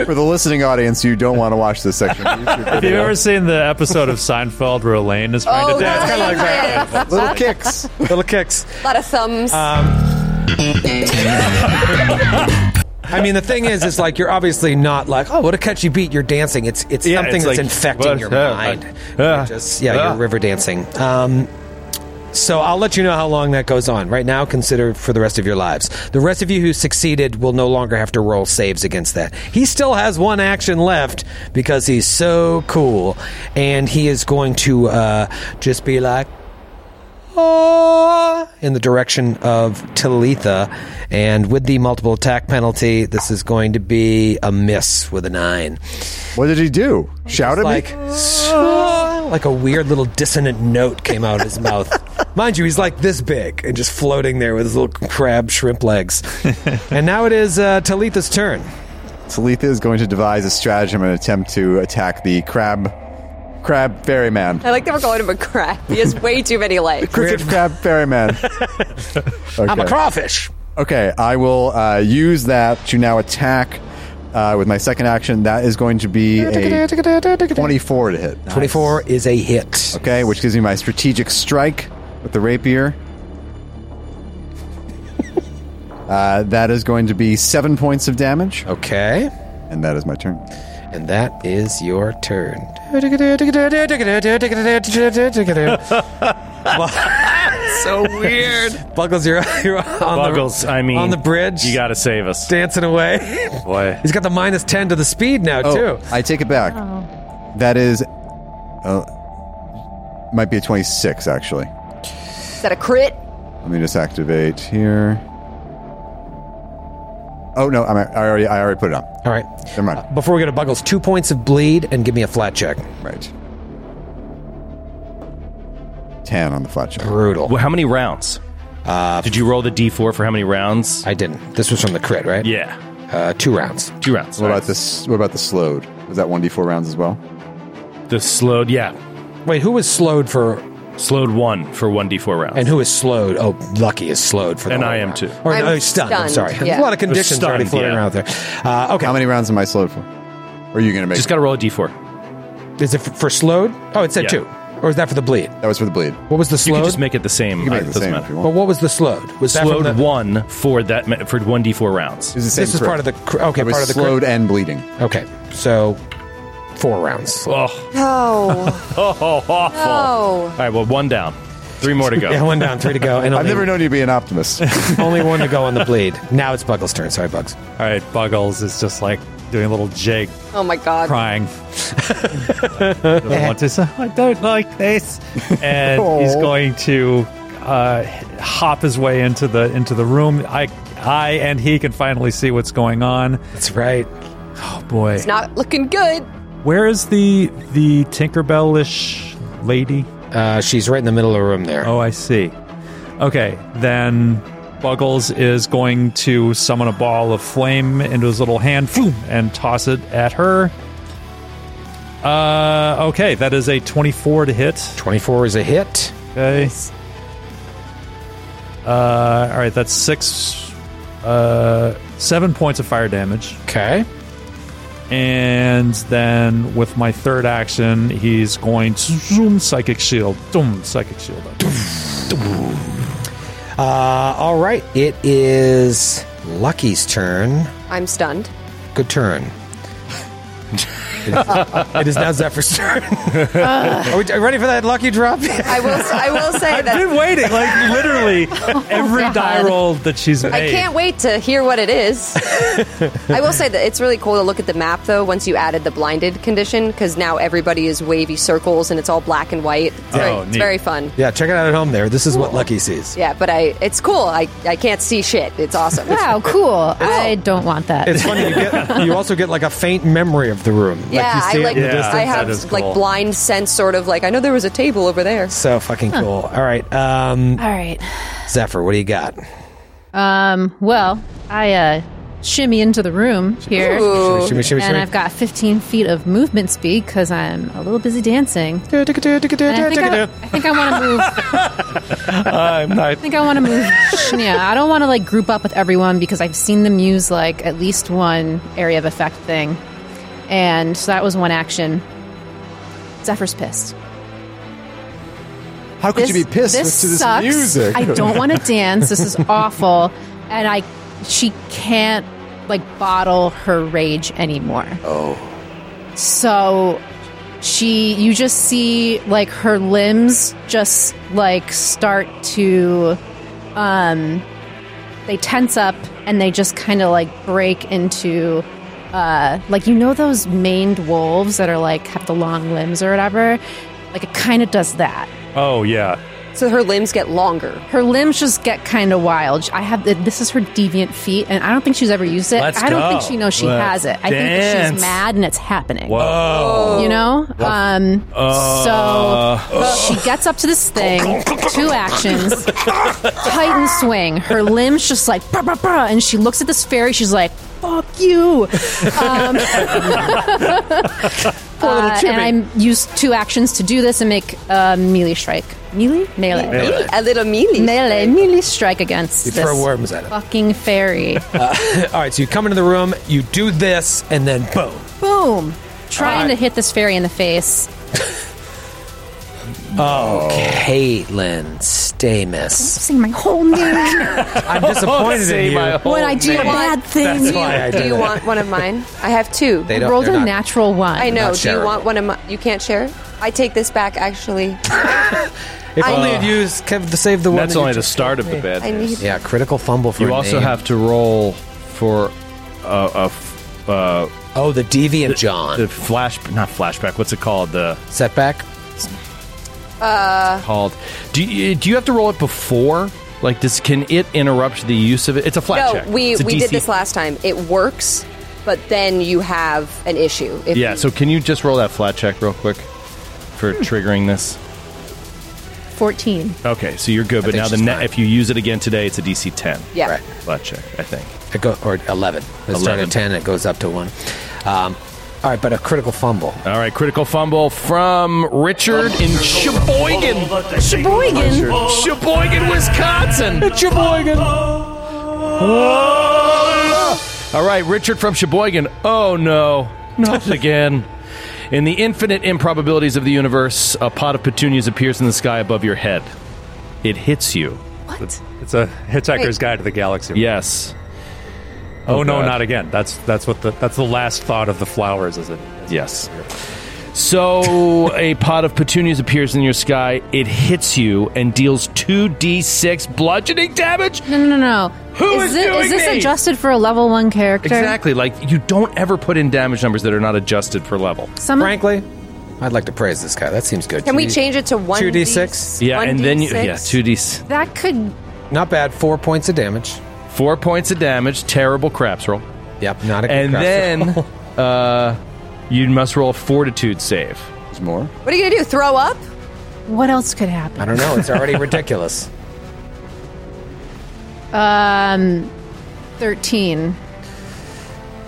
For the listening audience, you don't want to watch this section.
Have you ever seen the episode of Seinfeld where Elaine is trying
Oh,
to dance?
kind of like that.
Little kicks.
Little kicks.
A lot of thumbs.
Um,
I mean, the thing is, is like you're obviously not like, oh, what a catchy beat. You're dancing. It's it's
Yeah,
something
it's
that's
like,
infecting
what-
your
uh,
mind.
uh,
You're just yeah,
uh.
you're river dancing. Um, so I'll let you know how long that goes on. Right now, consider for the rest of your lives. The rest of you who succeeded will no longer have to roll saves against that. He still has one action left because he's so cool, and he is going to uh, just be like. "Ah," In the direction of Talitha, and with the multiple attack penalty, this is going to be a miss with a nine.
What did he do? Shout at
like,
me.
Ah, like a weird little dissonant note came out of his mouth. Mind you, he's like this big and just floating there with his little crab shrimp legs. and now it is uh, Talitha's turn.
Talitha is going to devise a stratagem and attempt to attack the crab, crab ferryman.
I like that we're calling him a crab. He has way too many legs.
Cricket crab ferryman. Okay.
crawfish.
Okay, I will uh, use that to now attack uh, with my second action. That is going to be a 24 to hit.
24 is a hit.
Okay, which gives me my strategic strike with the rapier. Uh, that is going to be seven points of damage.
Okay.
And that is my turn.
And that is your turn. so weird. Buckles, you're, you're on
Buckles,
the
I mean,
on the bridge.
You got to save us.
Dancing away.
Boy.
He's got the minus ten to the speed now
Oh,
too.
I take it back. That is, uh, might be a 26 actually.
Is that a crit?
Let me just activate here. Oh no, I'm, I already I already put it on.
All right,
never mind.
Before we go to Buckles, two points of bleed and give me a flat check.
Right. Ten on the flat check.
Brutal.
Well, how many rounds?
Uh,
Did you roll the d4 for how many rounds?
I didn't. This was from the crit, right?
Yeah.
Uh, two rounds.
Two rounds.
What about this? What about the slowed? Was that one d four rounds as well?
The slowed, yeah.
Wait, who was slowed for?
Slowed one for one d4 rounds.
And who is slowed? Oh, Lucky is slowed for the
And
whole
I am
round.
too.
Or
I'm
no, stunned. I'm
stunned,
sorry.
yeah.
There's a lot of
It was
conditions already
stunned,
floating
yeah.
around there. Uh, okay.
How many rounds am I slowed for? Or are you going to make?
Just got to roll a d4.
Is it for, for slowed? Oh, it said
Yeah.
two. Or is that for the bleed?
That was for the bleed.
What was the
You
slowed?
can just make it the same.
You can
Uh,
make it the
doesn't
same
matter.
if you want. But what was the slowed? Was that
slowed
from the-
one for that ma- for one d4 rounds?
Is the same
this is
crit.
part of the cr- okay.
I was
part of the
slowed
crit.
and bleeding.
Okay, so four rounds.
Oh,
No.
oh, awful.
No.
All right, well, one down. Three more to go.
Yeah, one down, three to go. And
I've
only,
never known you to be an optimist.
only one to go on the bleed. Now it's Buggles' turn. Sorry, Bugs.
All right, Buggles is just like doing a little jig,
Oh my god.
crying. Doesn't want to say, I don't like this. Oh. And he's
Oh.
Aw.
going to uh, hop his way into the into the room. I I and he can finally see what's going on.
That's right.
Oh boy.
It's not looking good.
Where is the the Tinkerbellish lady?
Uh, she's right in the middle of the room there.
Oh, I see. Okay, then Buggles is going to summon a ball of flame into his little hand phoom, and toss it at her. Uh, okay, that is a 24 to hit.
24 is a hit.
Okay. Uh, all right, that's six, uh, seven points of fire damage.
Okay.
And then with my third action, he's going to zoom psychic shield, zoom psychic shield.
Uh, all right, it is Lucky's turn.
I'm stunned.
Good turn. it is now Zephyr's turn. are, we, are you ready for that lucky drop?
I will. I will say
I've
that
been waiting, like literally every
Oh, God.
die roll that she's made.
I can't wait to hear what it is. I will say that it's really cool to look at the map, though, once you added the blinded condition, because now everybody is wavy circles and it's all black and white.
Oh,
It's, very,
Oh,
it's very fun.
Yeah, check it out at home there. This is what Lucky sees.
Yeah, but I it's cool. I, I can't see shit. It's awesome.
Wow, cool. I don't want that.
It's funny. You, get, you also get like a faint memory of the room.
Yeah,
you see
I
it
like
in the distance.
I have like blind sense, sort of like I know there was a table over there.
So fucking cool. All right. Um,
All right.
Zephyr, what do you got?
Um, well, I uh, shimmy into the room here.
Ooh. Shimmy, shimmy, shimmy,
and
shimmy.
I've got 15 feet of movement speed because I'm a little busy dancing. And I think I I think I want to move.
I'm not.
I think I want to move. yeah, I don't want to like group up with everyone because I've seen them use like at least one area of effect thing, and so that was one action. Zephyr's pissed.
How could you be pissed
this
to this
sucks.
music?
I don't want to dance. This is awful, and I she can't like bottle her rage anymore.
Oh.
So she you just see like her limbs just like start to um they tense up and they just kind of like break into uh like you know those maned wolves that are like have the long limbs or whatever like it kind of does that
Oh yeah.
So her limbs get longer.
her limbs just get kind of wild. I have this is her deviant feet, and I don't think she's ever used it.
Let's
I don't
go.
think she knows she has
Let's
it. I think
dance.
she's mad and it's happening.
Whoa.
You know, um,
Uh.
so she gets up to this thing, two actions, Titan swing. Her limbs just like brah, brah, brah, and she looks at this fairy. She's like, "Fuck you." Um, uh, and I use two actions to do this and make a melee strike. Melee? Melee.
Melee. A little melee.
Melee. Melee strike against
You
this
throw worms at it.
fucking fairy.
Uh, All right, so you come into the room, you do this, and then boom.
Boom! Trying
Alright.
to hit this fairy in the face.
Oh, Caitlin Stamus.
Sing my whole name.
I'm disappointed in
Say
you.
my whole When I do name. bad things.
Oh, That's why I
Do
did
you
it.
want one of mine? I have two.
They don't- Rolled they're a not-
natural one.
I know.
Not
Do you
shareable.
want one of mine? You can't share. it? I take this back. Actually,
If
I-
only
Uh,
it used kev- saved the one.
That's
that you
only the
just-
start of the bad
I
news.
need-
Yeah, critical fumble for
You
a
also
name.
have to roll for uh, a. f- Uh,
oh, the deviant John.
The flash, not flashback. What's it called? The
setback.
uh,
Called. Do you, do you have to roll it before? Like, does can it interrupt the use of it? It's a flat
no,
check.
we
It's a
we
DC.
did this last time. It works, but then you have an issue. If
yeah. So can you just roll that flat check real quick for
Hmm.
triggering this?
14.
Okay, so you're good.
I
But
think
now the
she's
net, if you use it again today, it's a DC 10.
Yeah. Right.
Flat check, I think.
It go, or 11. It started at 10, it goes up to 1. Um, all right, but a critical fumble.
All right, critical fumble from Um, Richard in Sheboygan.
Sheboygan.
Sheboygan, Wisconsin. It's Sheboygan. All right, Richard from Sheboygan. Oh no, not again. In the infinite improbabilities of the universe, a pot of petunias appears in the sky above your head. It hits you.
What?
It's a Hitchhiker's
Wait.
Guide to the Galaxy.
Yes.
Oh,
Oh,
no,
God.
not again. That's that's what the that's the last thought of the flowers, is it?
Yes. So a pot of petunias appears in your sky. It hits you and deals 2d6 bludgeoning damage.
No, no, no, no.
Who is
thi-
doing
is this
these?
adjusted for a level one character?
Exactly. Like you don't ever put in damage numbers that are not adjusted for level.
Some of-
Frankly, I'd like to praise this guy. That seems good.
Can we change it to one
2d6?
Yeah, and then you, yeah,
1d6?
two d s
That could.
Not bad. Four points of damage.
Four points of damage. Terrible craps roll.
Yep, not a good
And
craps
then uh, you must roll a fortitude save. There's
more.
What are you gonna do? Throw up?
What else could happen?
I don't know. It's already ridiculous.
Um, 13.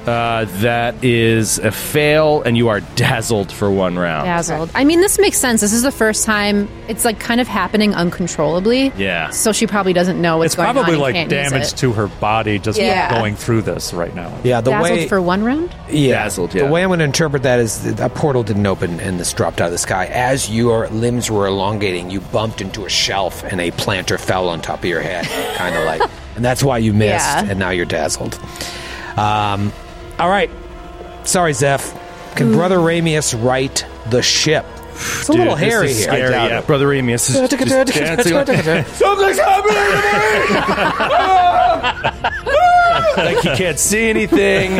Uh, that is a fail, and you are dazzled for one round.
Dazzled. I mean, this makes sense. This is the first time it's like kind of happening uncontrollably.
Yeah.
So she probably doesn't know what's
It's
going
probably
on. and
like
can't use
damage
it.
to her body just from
Yeah.
going through this right now.
Yeah, the
Dazzled
way
for one round.
yeah,
Dazzled,
The way I'm going to interpret that is that, that portal didn't open and this dropped out of the sky. As your limbs were elongating, you bumped into a shelf and a planter fell on top of your head, kind of like, and that's why you missed,
Yeah.
and now you're dazzled. Um, all right, sorry, Zeph. Can
Ooh.
Brother Ramius right the ship? It's a
Dude,
little
this
hairy
is
here.
scary. Yeah, Brother Ramius is just dancing like- Something's like he can't see anything.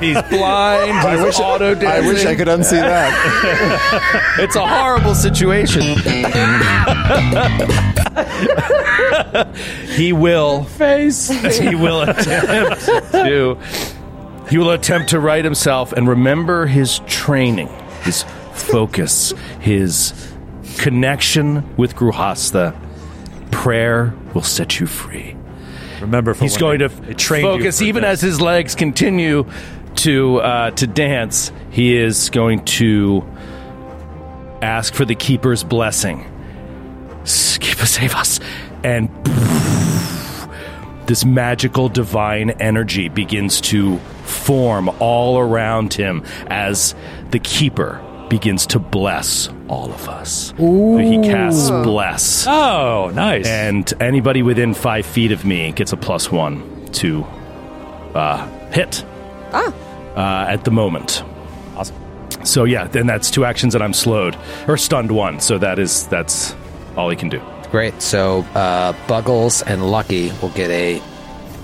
He's blind.
I
He's
wish-
auto
I wish I could unsee
that. it's a horrible situation. he will
Face.
he will attempt to he will attempt to right himself and remember his training, his focus, his connection with Gruhasta. Prayer will set you free.
Remember, for
he's
when
going
they-
to
they trained you
focus
for
even
that.
as his legs continue to uh, to dance. He is going to ask for the keeper's blessing. S- Keeper, save us! And this magical divine energy begins to form all around him as the keeper begins to bless all of us. So he casts
Ooh.
bless. Oh, nice. And anybody within five feet of me gets a plus one to uh, hit. Uh, at the moment. Awesome. So yeah, then that's two actions that I'm slowed or stunned one. So that is that's all he can do.
Great. So uh, Buggles and Lucky will get a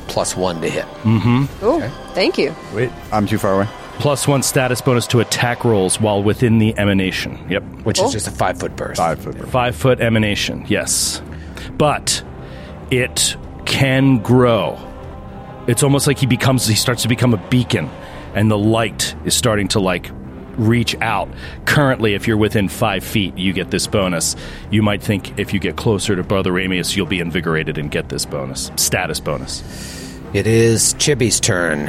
plus one to hit.
Mm-hmm.
Ooh, thank you.
Wait,
I'm too far away.
Plus one status bonus to attack rolls while within the emanation. Yep,
which is Cool. just a five foot burst.
Five foot. Burst.
Five foot emanation. Yes, but it can grow. It's almost like he becomes. He starts to become a beacon, and the light is starting to like reach out. Currently, if you're within five feet, you get this bonus. You might think if you get closer to Brother Amius, you'll be invigorated and get this bonus status bonus.
It is Chibi's turn.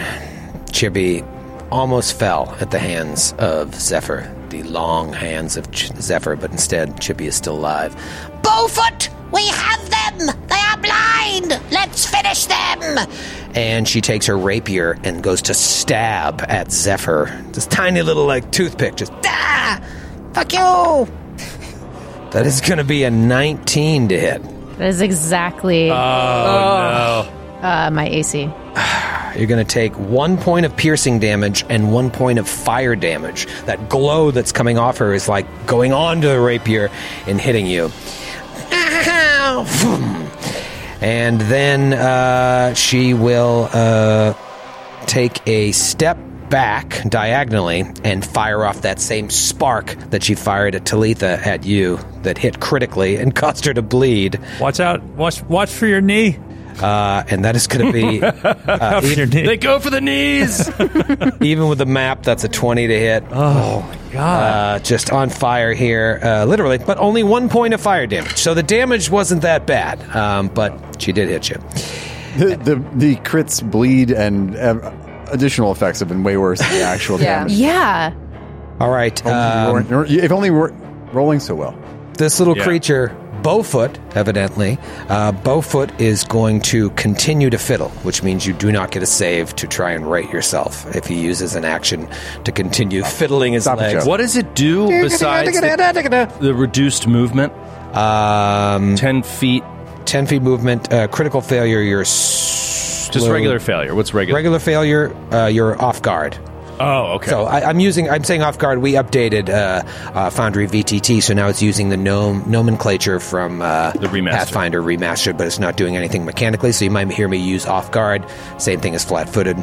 Chibi almost fell at the hands of Zephyr, the long hands of Ch- Zephyr, but instead Chibi is still alive.
Bowfoot, we have them. They are blind. Let's finish them.
And she takes her rapier and goes to stab at "Ah!" Zephyr. This tiny little like toothpick just
Ah, fuck you.
That is going to be a 19 to hit.
That is exactly uh, my AC.
You're going to take one point of piercing damage and one point of fire damage. That glow that's coming off her is like going onto the rapier and hitting you. And then uh, she will uh, take a step back diagonally and fire off that same spark that she fired at Talitha at you that hit critically and caused her to bleed.
Watch out. Watch watch for your knee.
Uh, and that is going to be. Uh,
Watch for your knee.
They go for the knees.
even with the map, that's a 20 to hit. Oh, my God. Uh, just on fire here, uh, literally, but only one point of fire damage. So the damage wasn't that bad, um, but she did hit you.
The, the, the crits bleed and uh, additional effects have been way worse than the actual damage.
Yeah.
All right. um,
Only we weren't- if only we weren't rolling so well.
This little
Yeah.
creature, Bowfoot, evidently, uh, Bowfoot is going to continue to fiddle, which means you do not get a save to try and right yourself if he uses an action to continue fiddling his
it,
legs.
Joe. What does it do besides the- the reduced movement?
Um, 10 feet. 10 feet movement, uh, critical failure, you're. s-
Just
slow-
regular failure. What's regular?
Regular failure, uh, you're off guard.
Oh, okay.
So I, I'm using, I'm saying off guard. We updated uh, uh, Foundry VTT, so now it's using the gnome, nomenclature from uh, the remaster. Pathfinder remastered, but it's not doing anything mechanically. So you might hear me use off guard. Same thing as flat footed.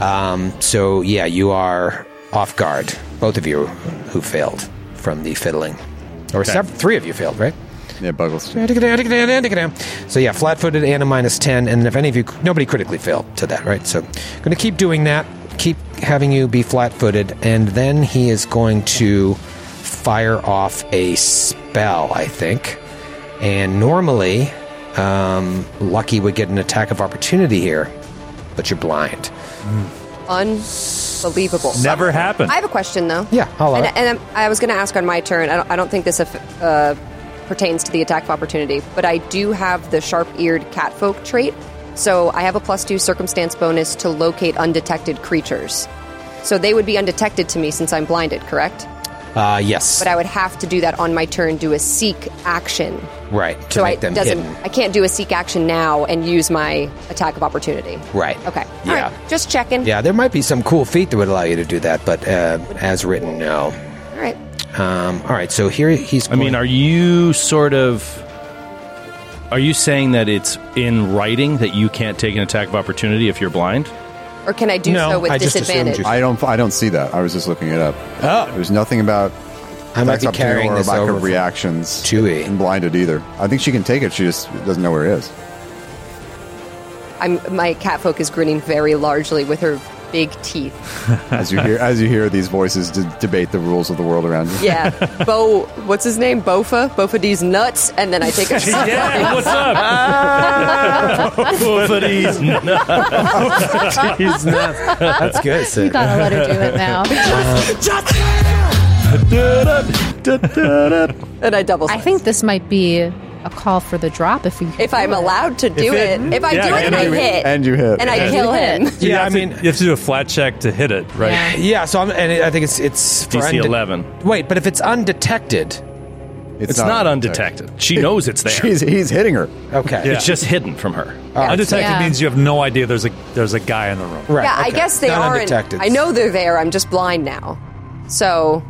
Um, so yeah, you are off guard. Both of you who failed from the fiddling, or
Okay.
sev- three of you failed, right?
Yeah, Buggles.
So yeah, flat-footed and a minus ten, and if any of you, nobody critically failed to that, right? So, going to keep doing that, keep having you be flat-footed, and then he is going to fire off a spell, I think. And normally, um, Lucky would get an attack of opportunity here, but you're blind.
Unbelievable.
Never happened.
I have a question though.
Yeah, I'll allow
and,
it.
and I'm- I was going to ask on my turn. I don't, I don't think this aff- uh, pertains to the attack of opportunity, but I do have the sharp-eared catfolk trait. So I have a plus two circumstance bonus to locate undetected creatures. So they would be undetected to me since I'm blinded, correct?
Uh, yes,
But I would have to do that on my turn, do a seek action.
right. To
so
make
I
them
doesn't.
hidden.
I can't do a seek action now and use my attack of opportunity.
Right.
Okay. All
Yeah.
right. Just checking.
Yeah, there might be some cool feat that would allow you to do that, but uh, as written, no.
All right.
Um, all right, so here he's.
I mean, are you sort of? Are you saying that it's in writing that you can't take an attack of opportunity if you're blind?
Or can I do so with disadvantage?
I don't. I don't see that. I was just looking it up. Oh. There's nothing about.
I might
attacks
be
opportunity
carrying
or
this
lack
over
of
from
reactions. Chewy and blinded either. I think she can take it. She just doesn't know where it is.
I'm, my catfolk is grinning very largely with her big teeth.
As you hear, as you hear these voices d- debate the rules of the world around you.
Yeah, Bo, what's his name? Bofa. Bofa D's nuts, and then I take a.
Yeah, what's up?
But he's not.
He's
not.
That's good. Sid.
You gotta let her do it now.
and I double.
I think this might be a call for the drop if we.
If I'm allowed to do it, if I do it, and I hit,
you hit,
and I kill him.
Yeah, I mean, you have to do a flat check to hit it, right?
Yeah, so I'm, and I think it's it's for
DC
unde-
11.
Wait, but if it's undetected,
It's not not undetected. undetected. She knows it's there. She's-
he's hitting her.
Okay,
It's just hidden from her.
Undetected
Yeah.
means you have no idea there's a there's a guy in the room.
yeah, I guess they aren't. I know they're there. I'm just blind now, so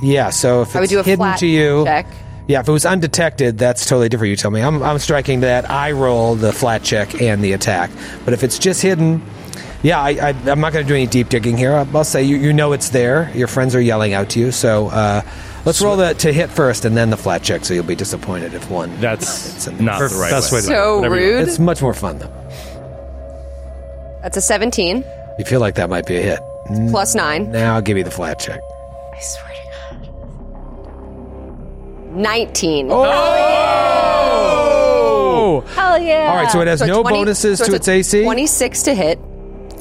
Yeah, so if
I would
it's
do a
hidden
flat
to you,
check.
yeah, if it was undetected, that's totally different. You tell me. I'm I'm striking that. I roll the flat check and the attack. But if it's just hidden, yeah, I, I I'm not going to do any deep digging here. I'll say you you know it's there. Your friends are yelling out to you, so. uh Let's roll the to hit first and then the flat check, so you'll be disappointed if one.
That's
not
the right That's way. way to do it.
So Whatever you- rude.
It's much more fun though.
that's a 17
You feel like that might be a hit.
plus nine.
Now give me the flat check.
19.
Oh!
Hell yeah!
All right, so it has no bonuses to its AC?
Twenty-six to hit,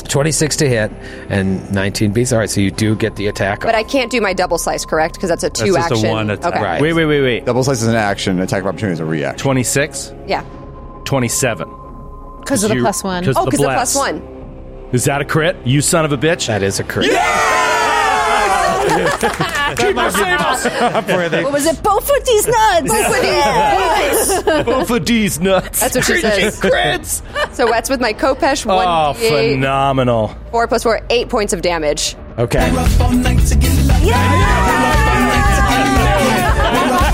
26 to hit and 19 beats. All right, so you do get the attack.
but I can't do my double slice, correct? Because that's a two action. Okay.
Wait, wait, wait, wait.
Double slice is an action. Attack of opportunity is a reaction.
Twenty six.
Yeah.
Twenty seven.
'Cause of the plus one.
Oh, because the plus one.
Is that a crit? You son of a bitch. That
is a crit.
Yeah!
Keep us
Upworthy.
What was it? Both of these nuts.
Both of
Yeah.
Both of these nuts.
That's what she says. so that's with my Kopesh, one
Oh,
D8,
phenomenal.
four plus four, eight points of damage.
Okay.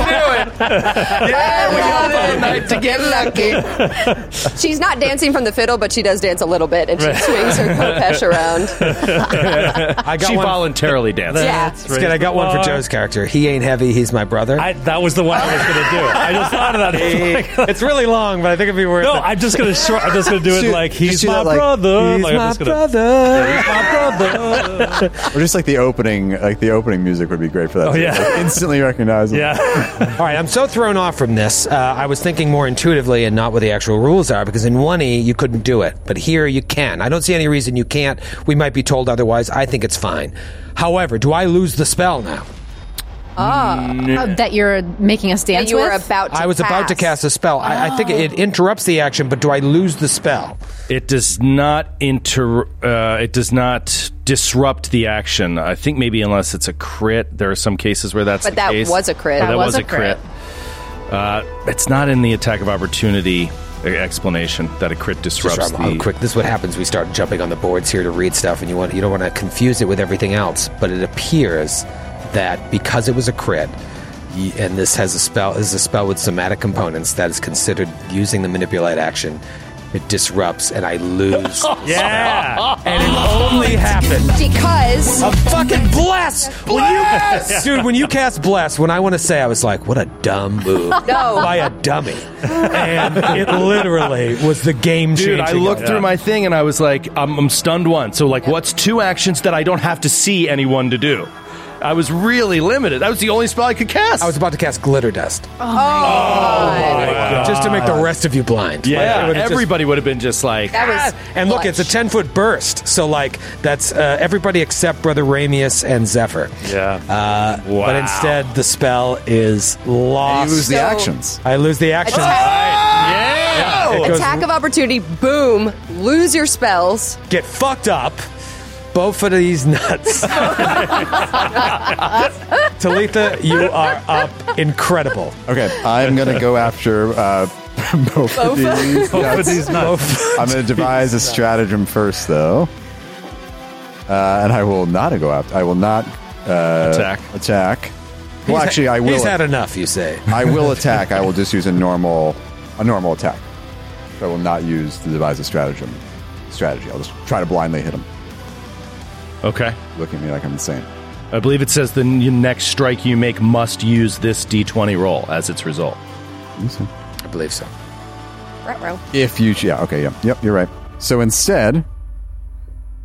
Yeah, we got it at night
to
get lucky. She's not dancing from the fiddle, but she does dance a little bit, and she
Right.
swings her Kopesh around.
I got she voluntarily danced.
Yeah.
That's good. I got one for Joe's character. He ain't heavy. He's my brother. I,
that was the one I was going to do. I just thought of that. It's
it's really long, but I think it'd be worth
No,
it.
I'm just gonna short- I'm just gonna do it
Shoot,
like
just
he's
do
my
that, like,
brother.
he's
like, I'm
my
just gonna-
brother.
He's my brother.
or just like the opening, like the opening music would be great for that.
Oh,
too.
yeah.
Like, instantly recognizable.
All right, I'm so thrown off from this. Uh, I was thinking more intuitively and not what the actual rules are because in 1E you couldn't do it, but here you can. I don't see any reason you can't. We might be told otherwise. I think it's fine. However, do I lose the spell now?
Oh, that you're making us dance.
Ah. you were
with?
about
I was about to cast a spell. I, I think it
Oh.
interrupts the action, but do I lose the spell?
It does not inter. Uh, it does not disrupt the action. I think maybe unless it's a crit, there are some cases where that's.
But
the
that
case.
was a crit.
Oh, that, was, a crit. Uh, it's not in the attack of opportunity uh, explanation that a crit disrupts
Just
the.
real quick. This is what happens. We start jumping on the boards here to read stuff, and you want you don't want to confuse it with everything else. But it appears that because it was a crit, y- and this has a spell is a spell with somatic components that is considered using the manipulate action. It disrupts, and I lose.
yeah,
and it only happened
because
a fucking bless. When you, dude, when you cast bless, when I want to say, I was like, "What a dumb move
No.
by a dummy," and it literally was the game
Dude, I
changing
looked
event.
through my thing and I was like, I'm, I'm stunned one. So, like, what's two actions that I don't have to see anyone to do? I was really limited. That was the only spell I could cast. I was
about to cast glitter dust.
Oh,
Oh
my God.
Just to make the rest of you blind. Like,
Yeah,
it would've just-
everybody would have been just like, "Ah!"
That was
and look, it's a 10 foot burst. So, like, that's uh, everybody except Brother Ramius and Zephyr.
Yeah.
Uh, But instead, the spell is lost.
You lose the So- actions.
I lose the actions.
Attack,
Yeah. It goes-
Attack of opportunity, boom. Lose your spells.
Get fucked up. Both of these nuts. Talitha, you are up incredible.
Okay, I'm gonna go after uh, both
Bofa.
of these.
Bofa these nuts. Bofa
I'm gonna
these
devise a
nuts.
stratagem first, though, uh, and I will not go after. I will not uh,
Attack.
Attack.
He's
Well,
ha-
actually, I will.
he's had enough, you say.
I will attack. I will just use a normal, a normal attack. I will not use the devise a stratagem. Strategy. I'll just try to blindly hit him.
Okay.
Look at me like I'm insane.
I believe it says the n- next strike you make must use this d20 roll as its result.
I believe so.
Retro.
If you, yeah, okay, yeah, yep, you're right. So instead,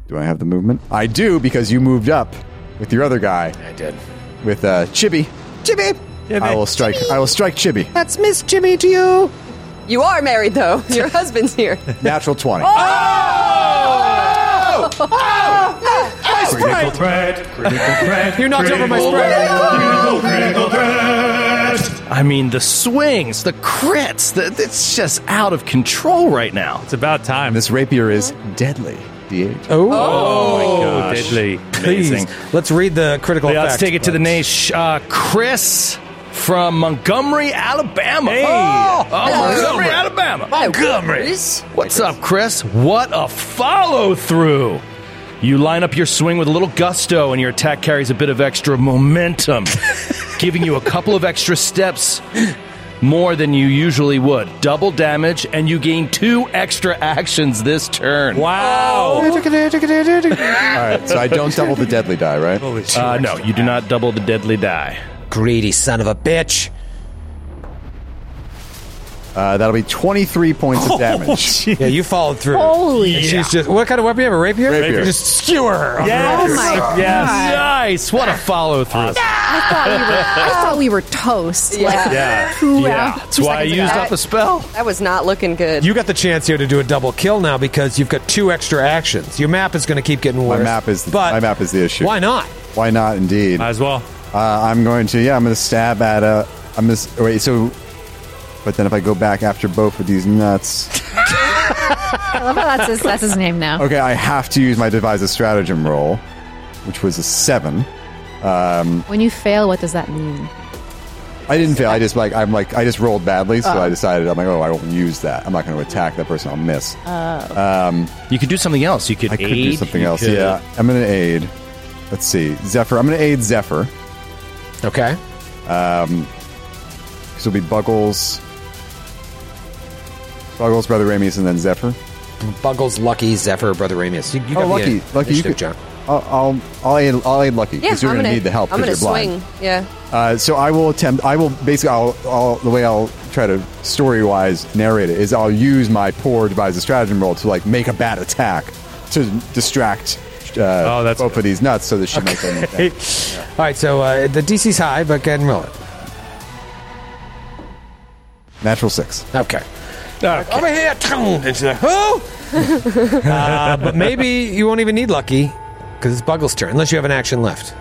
do I have the movement? I do because you moved up with your other guy. I
did
with uh, Chibi. Chibi. I will strike. I will strike Chibi.
That's Miss Jimmy to you.
You are married, though. Your husband's here.
Natural twenty.
Oh,
Critical threat. Critical threat.
You knocked over my
Critical, critical threat.
I mean, the swings, the crits, the, it's just out of control right now. It's
about time.
This rapier is deadly. D8.
Oh,
my gosh.
deadly.
Amazing.
Please, let's read the critical
Yeah, let's
effect,
take it to the Nash. Uh, Chris from Montgomery, Alabama. Hey. Oh,
Hello.
Montgomery, Alabama. Montgomery. What's up, Chris? What a follow through. You line up your swing with a little gusto, and your attack carries a bit of extra momentum, giving you a couple of extra steps more than you usually would. Double damage, and you gain two extra actions this turn. Wow.
All right, so I don't double the deadly die, right?
Uh, no, you do not double the deadly die.
Greedy son of a bitch.
Uh, that'll be twenty-three points
Oh,
of damage.
yeah, you followed through.
Holy
And
yeah.
she's just what kind of weapon you have? A rapier?
Rapier.
Just skewer her.
Yes.
Oh my God.
Yes. Nice. What a follow through.
I thought we were. I thought we were toast. Like,
Yeah.
Two
Yeah.
hours-
That's why I
seconds
used
ago.
up a spell.
That was not looking good.
You got the chance here to do a double kill now because you've got two extra actions. Your map is going to keep getting
My
worse.
map is the, my map is the issue.
Why not?
Why not? Indeed.
Might as well.
Uh, I'm going to. Yeah, I'm going to stab at a. I'm going to wait. So, but then if I go back after both of these nuts,
I love how that's his, that's his name now.
okay, I have to use my devise a stratagem roll, which was a seven. Um,
When you fail, what does that mean?
I didn't fail. I just like I'm like I just rolled badly, so
Oh.
I decided I'm like, oh, I won't use that. I'm not going to attack that person. I'll miss.
Oh.
Um,
you could do something else. You could
I could do
aid.
something
You
else.
could-
Yeah, I'm going to aid. Let's see, Zephyr. I'm going to aid Zephyr.
Okay.
Um, so it'll be Buggles, Buggles, Brother Ramius, and then Zephyr.
Buggles, Lucky, Zephyr, Brother Ramius. You, you
oh,
got
lucky,
the
lucky, you could.
initiative, John.
I'll, I'll, I'll aid, I'll aid lucky
Yeah,
because you're
I'm
going to
gonna-
need the help
I'm
because
gonna
you're blind.
swing. Yeah.
Uh, so I will attempt. I will basically. I'll, I'll, the way I'll try to story wise narrate it is I'll use my poor devise a stratagem roll to like make a bad attack to distract. Uh, oh, that's both of these nuts so that she might get an attack.
All right, so uh, the DC's high, but go ahead and roll it.
Natural six.
Okay. Uh, Over here, toom, and she's like, "Who?" uh, but maybe you won't even need lucky because it's Buggles' turn, unless you have an action left.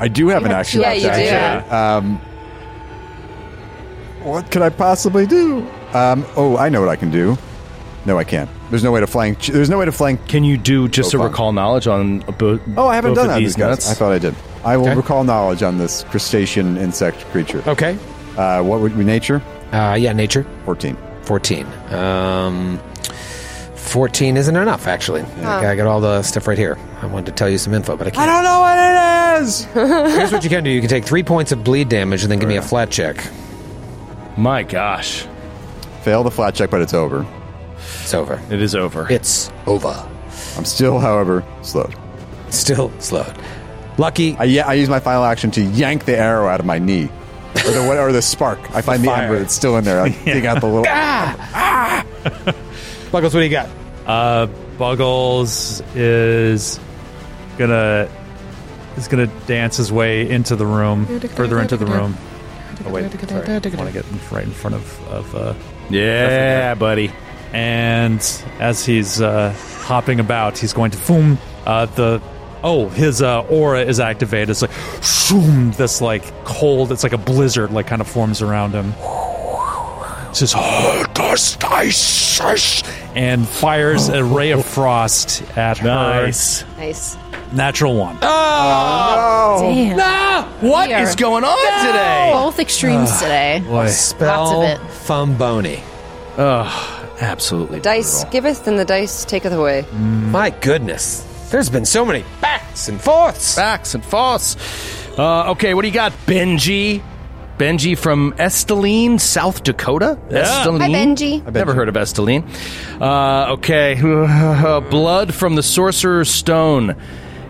I do have an action.
two
left,
actions,
actually. Um, what could I possibly do? Um, oh, I know what I can do. No, I can't. There's no way to flank. There's no way to flank.
Can you do just
Oh,
a
fine.
recall knowledge on a bo-
Oh, I haven't
both
done
of
that. on these
these
guys.
nuts?
I thought I did. I will
Okay.
recall knowledge on this crustacean insect creature.
Okay.
Uh, what would be nature?
Uh, yeah, nature.
Fourteen.
Fourteen. Um, Fourteen isn't enough, actually.
Oh.
I, I got all the stuff right here. I wanted to tell you some info, but I can't.
don't know what it is.
Here's what you can do: you can take three points of bleed damage and then
Oh,
give me a flat check.
My gosh.
Fail the flat check, but it's over.
It's over.
It is over.
It's over.
I'm still, however, slowed.
Still slowed. Lucky.
I, yeah, I use my final action to yank the arrow out of my knee, or the or the spark. I find the, ember that's still in there. I dig out the little.
Buggles, what do you got?
Uh, Buggles is gonna is gonna dance his way into the room, further into the room. Oh wait, sorry. I want to get in- right in front of of. Uh,
yeah, buddy.
And as he's uh, hopping about, he's going to boom. Uh, the oh, his uh, aura is activated. It's like shoom. This like cold. It's like a blizzard. Like kind of forms around him. It's just oh, dust, ice, ice, and fires a ray of frost at
Nice.
her.
Nice.
Natural one.
Oh,
Damn.
No! What
We are-
is going on
No!
today?
Both extremes today.
Spell
Lots of
Fumboni.
Ugh, absolutely.
Dice giveth and the dice taketh away.
My goodness. There's been so many backs and forths.
Backs and forths. Uh, okay, what do you got, Benji? Benji from Esteline, South Dakota.
Yeah.
Esteline.
Hi, Benji. Hi, Benji.
Never heard of Esteline. Uh, okay. Blood from the Sorcerer's Stone.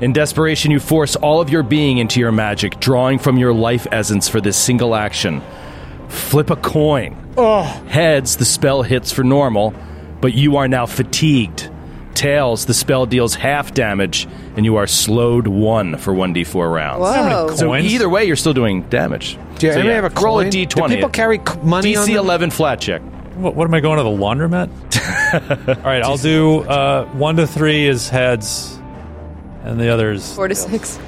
In desperation, you force all of your being into your magic, drawing from your life essence for this single action. Flip a coin. Heads, the spell hits for normal, but you are now fatigued. Tails, the spell deals half damage, and you are slowed one for 1d4 rounds.
Whoa. How many
So
coins?
either way, you're still doing damage.
Do you
so
anybody have a
Roll a
coin? Do
d20.
people carry c- money
DC
on them?
11 flat check.
What, what am I going to the laundromat? All right, I'll do uh, one to three is heads, and the others
Four to six.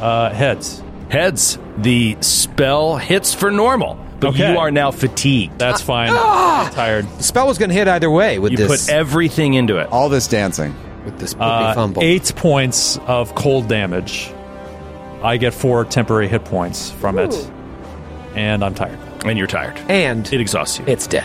uh, heads.
Heads. The spell hits for normal, but
Okay.
you are now fatigued.
That's fine.
Ah!
I'm tired.
The spell was going to hit either way with
You
this.
put everything into it.
All this dancing.
With this
Uh,
fumble.
eight points of cold damage. I get four temporary hit points from it, and I'm tired.
And you're tired.
And
it exhausts you.
It's dead.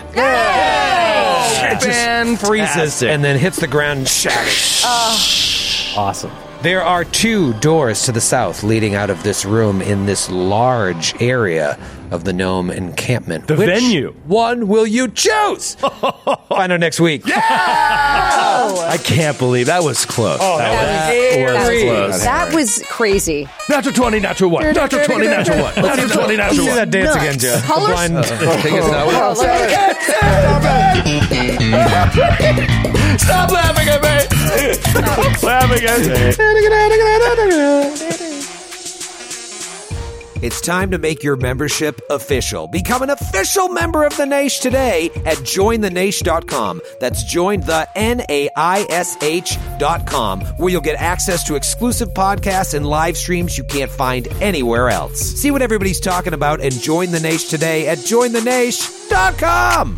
it just
Fantastic.
freezes and then hits the ground and shatters.
Oh.
Awesome.
There are two doors to the south leading out of this room in this large area of the gnome encampment. The
venue.
One will you choose? Find out next week.
I can't believe that was close.
Oh,
that, was, close.
That was crazy.
Natural 20, natural 1. Natural 20, natural 1. Natural 20, natural 1.
do that dance again, Joe. The
Colors-
blind-
Stop laughing at me! Stop laughing
at me! It's time to make your membership official. Become an official member of the Naish today at jointhenaish.com. That's join the N-A-I-S-H dot com, where you'll get access to exclusive podcasts and live streams you can't find anywhere else. See what everybody's talking about and join the Naish today at jointhenaish.com.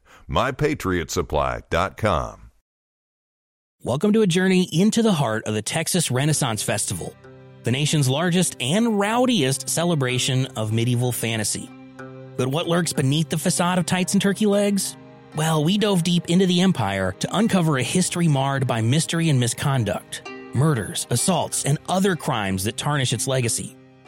mypatriotsupply.com.
Welcome to a journey into the heart of the Texas Renaissance Festival, the nation's largest and rowdiest celebration of medieval fantasy. But what lurks beneath the facade of tights and turkey legs? Well, we dove deep into the empire to uncover a history marred by mystery and misconduct, murders, assaults, and other crimes that tarnish its legacy.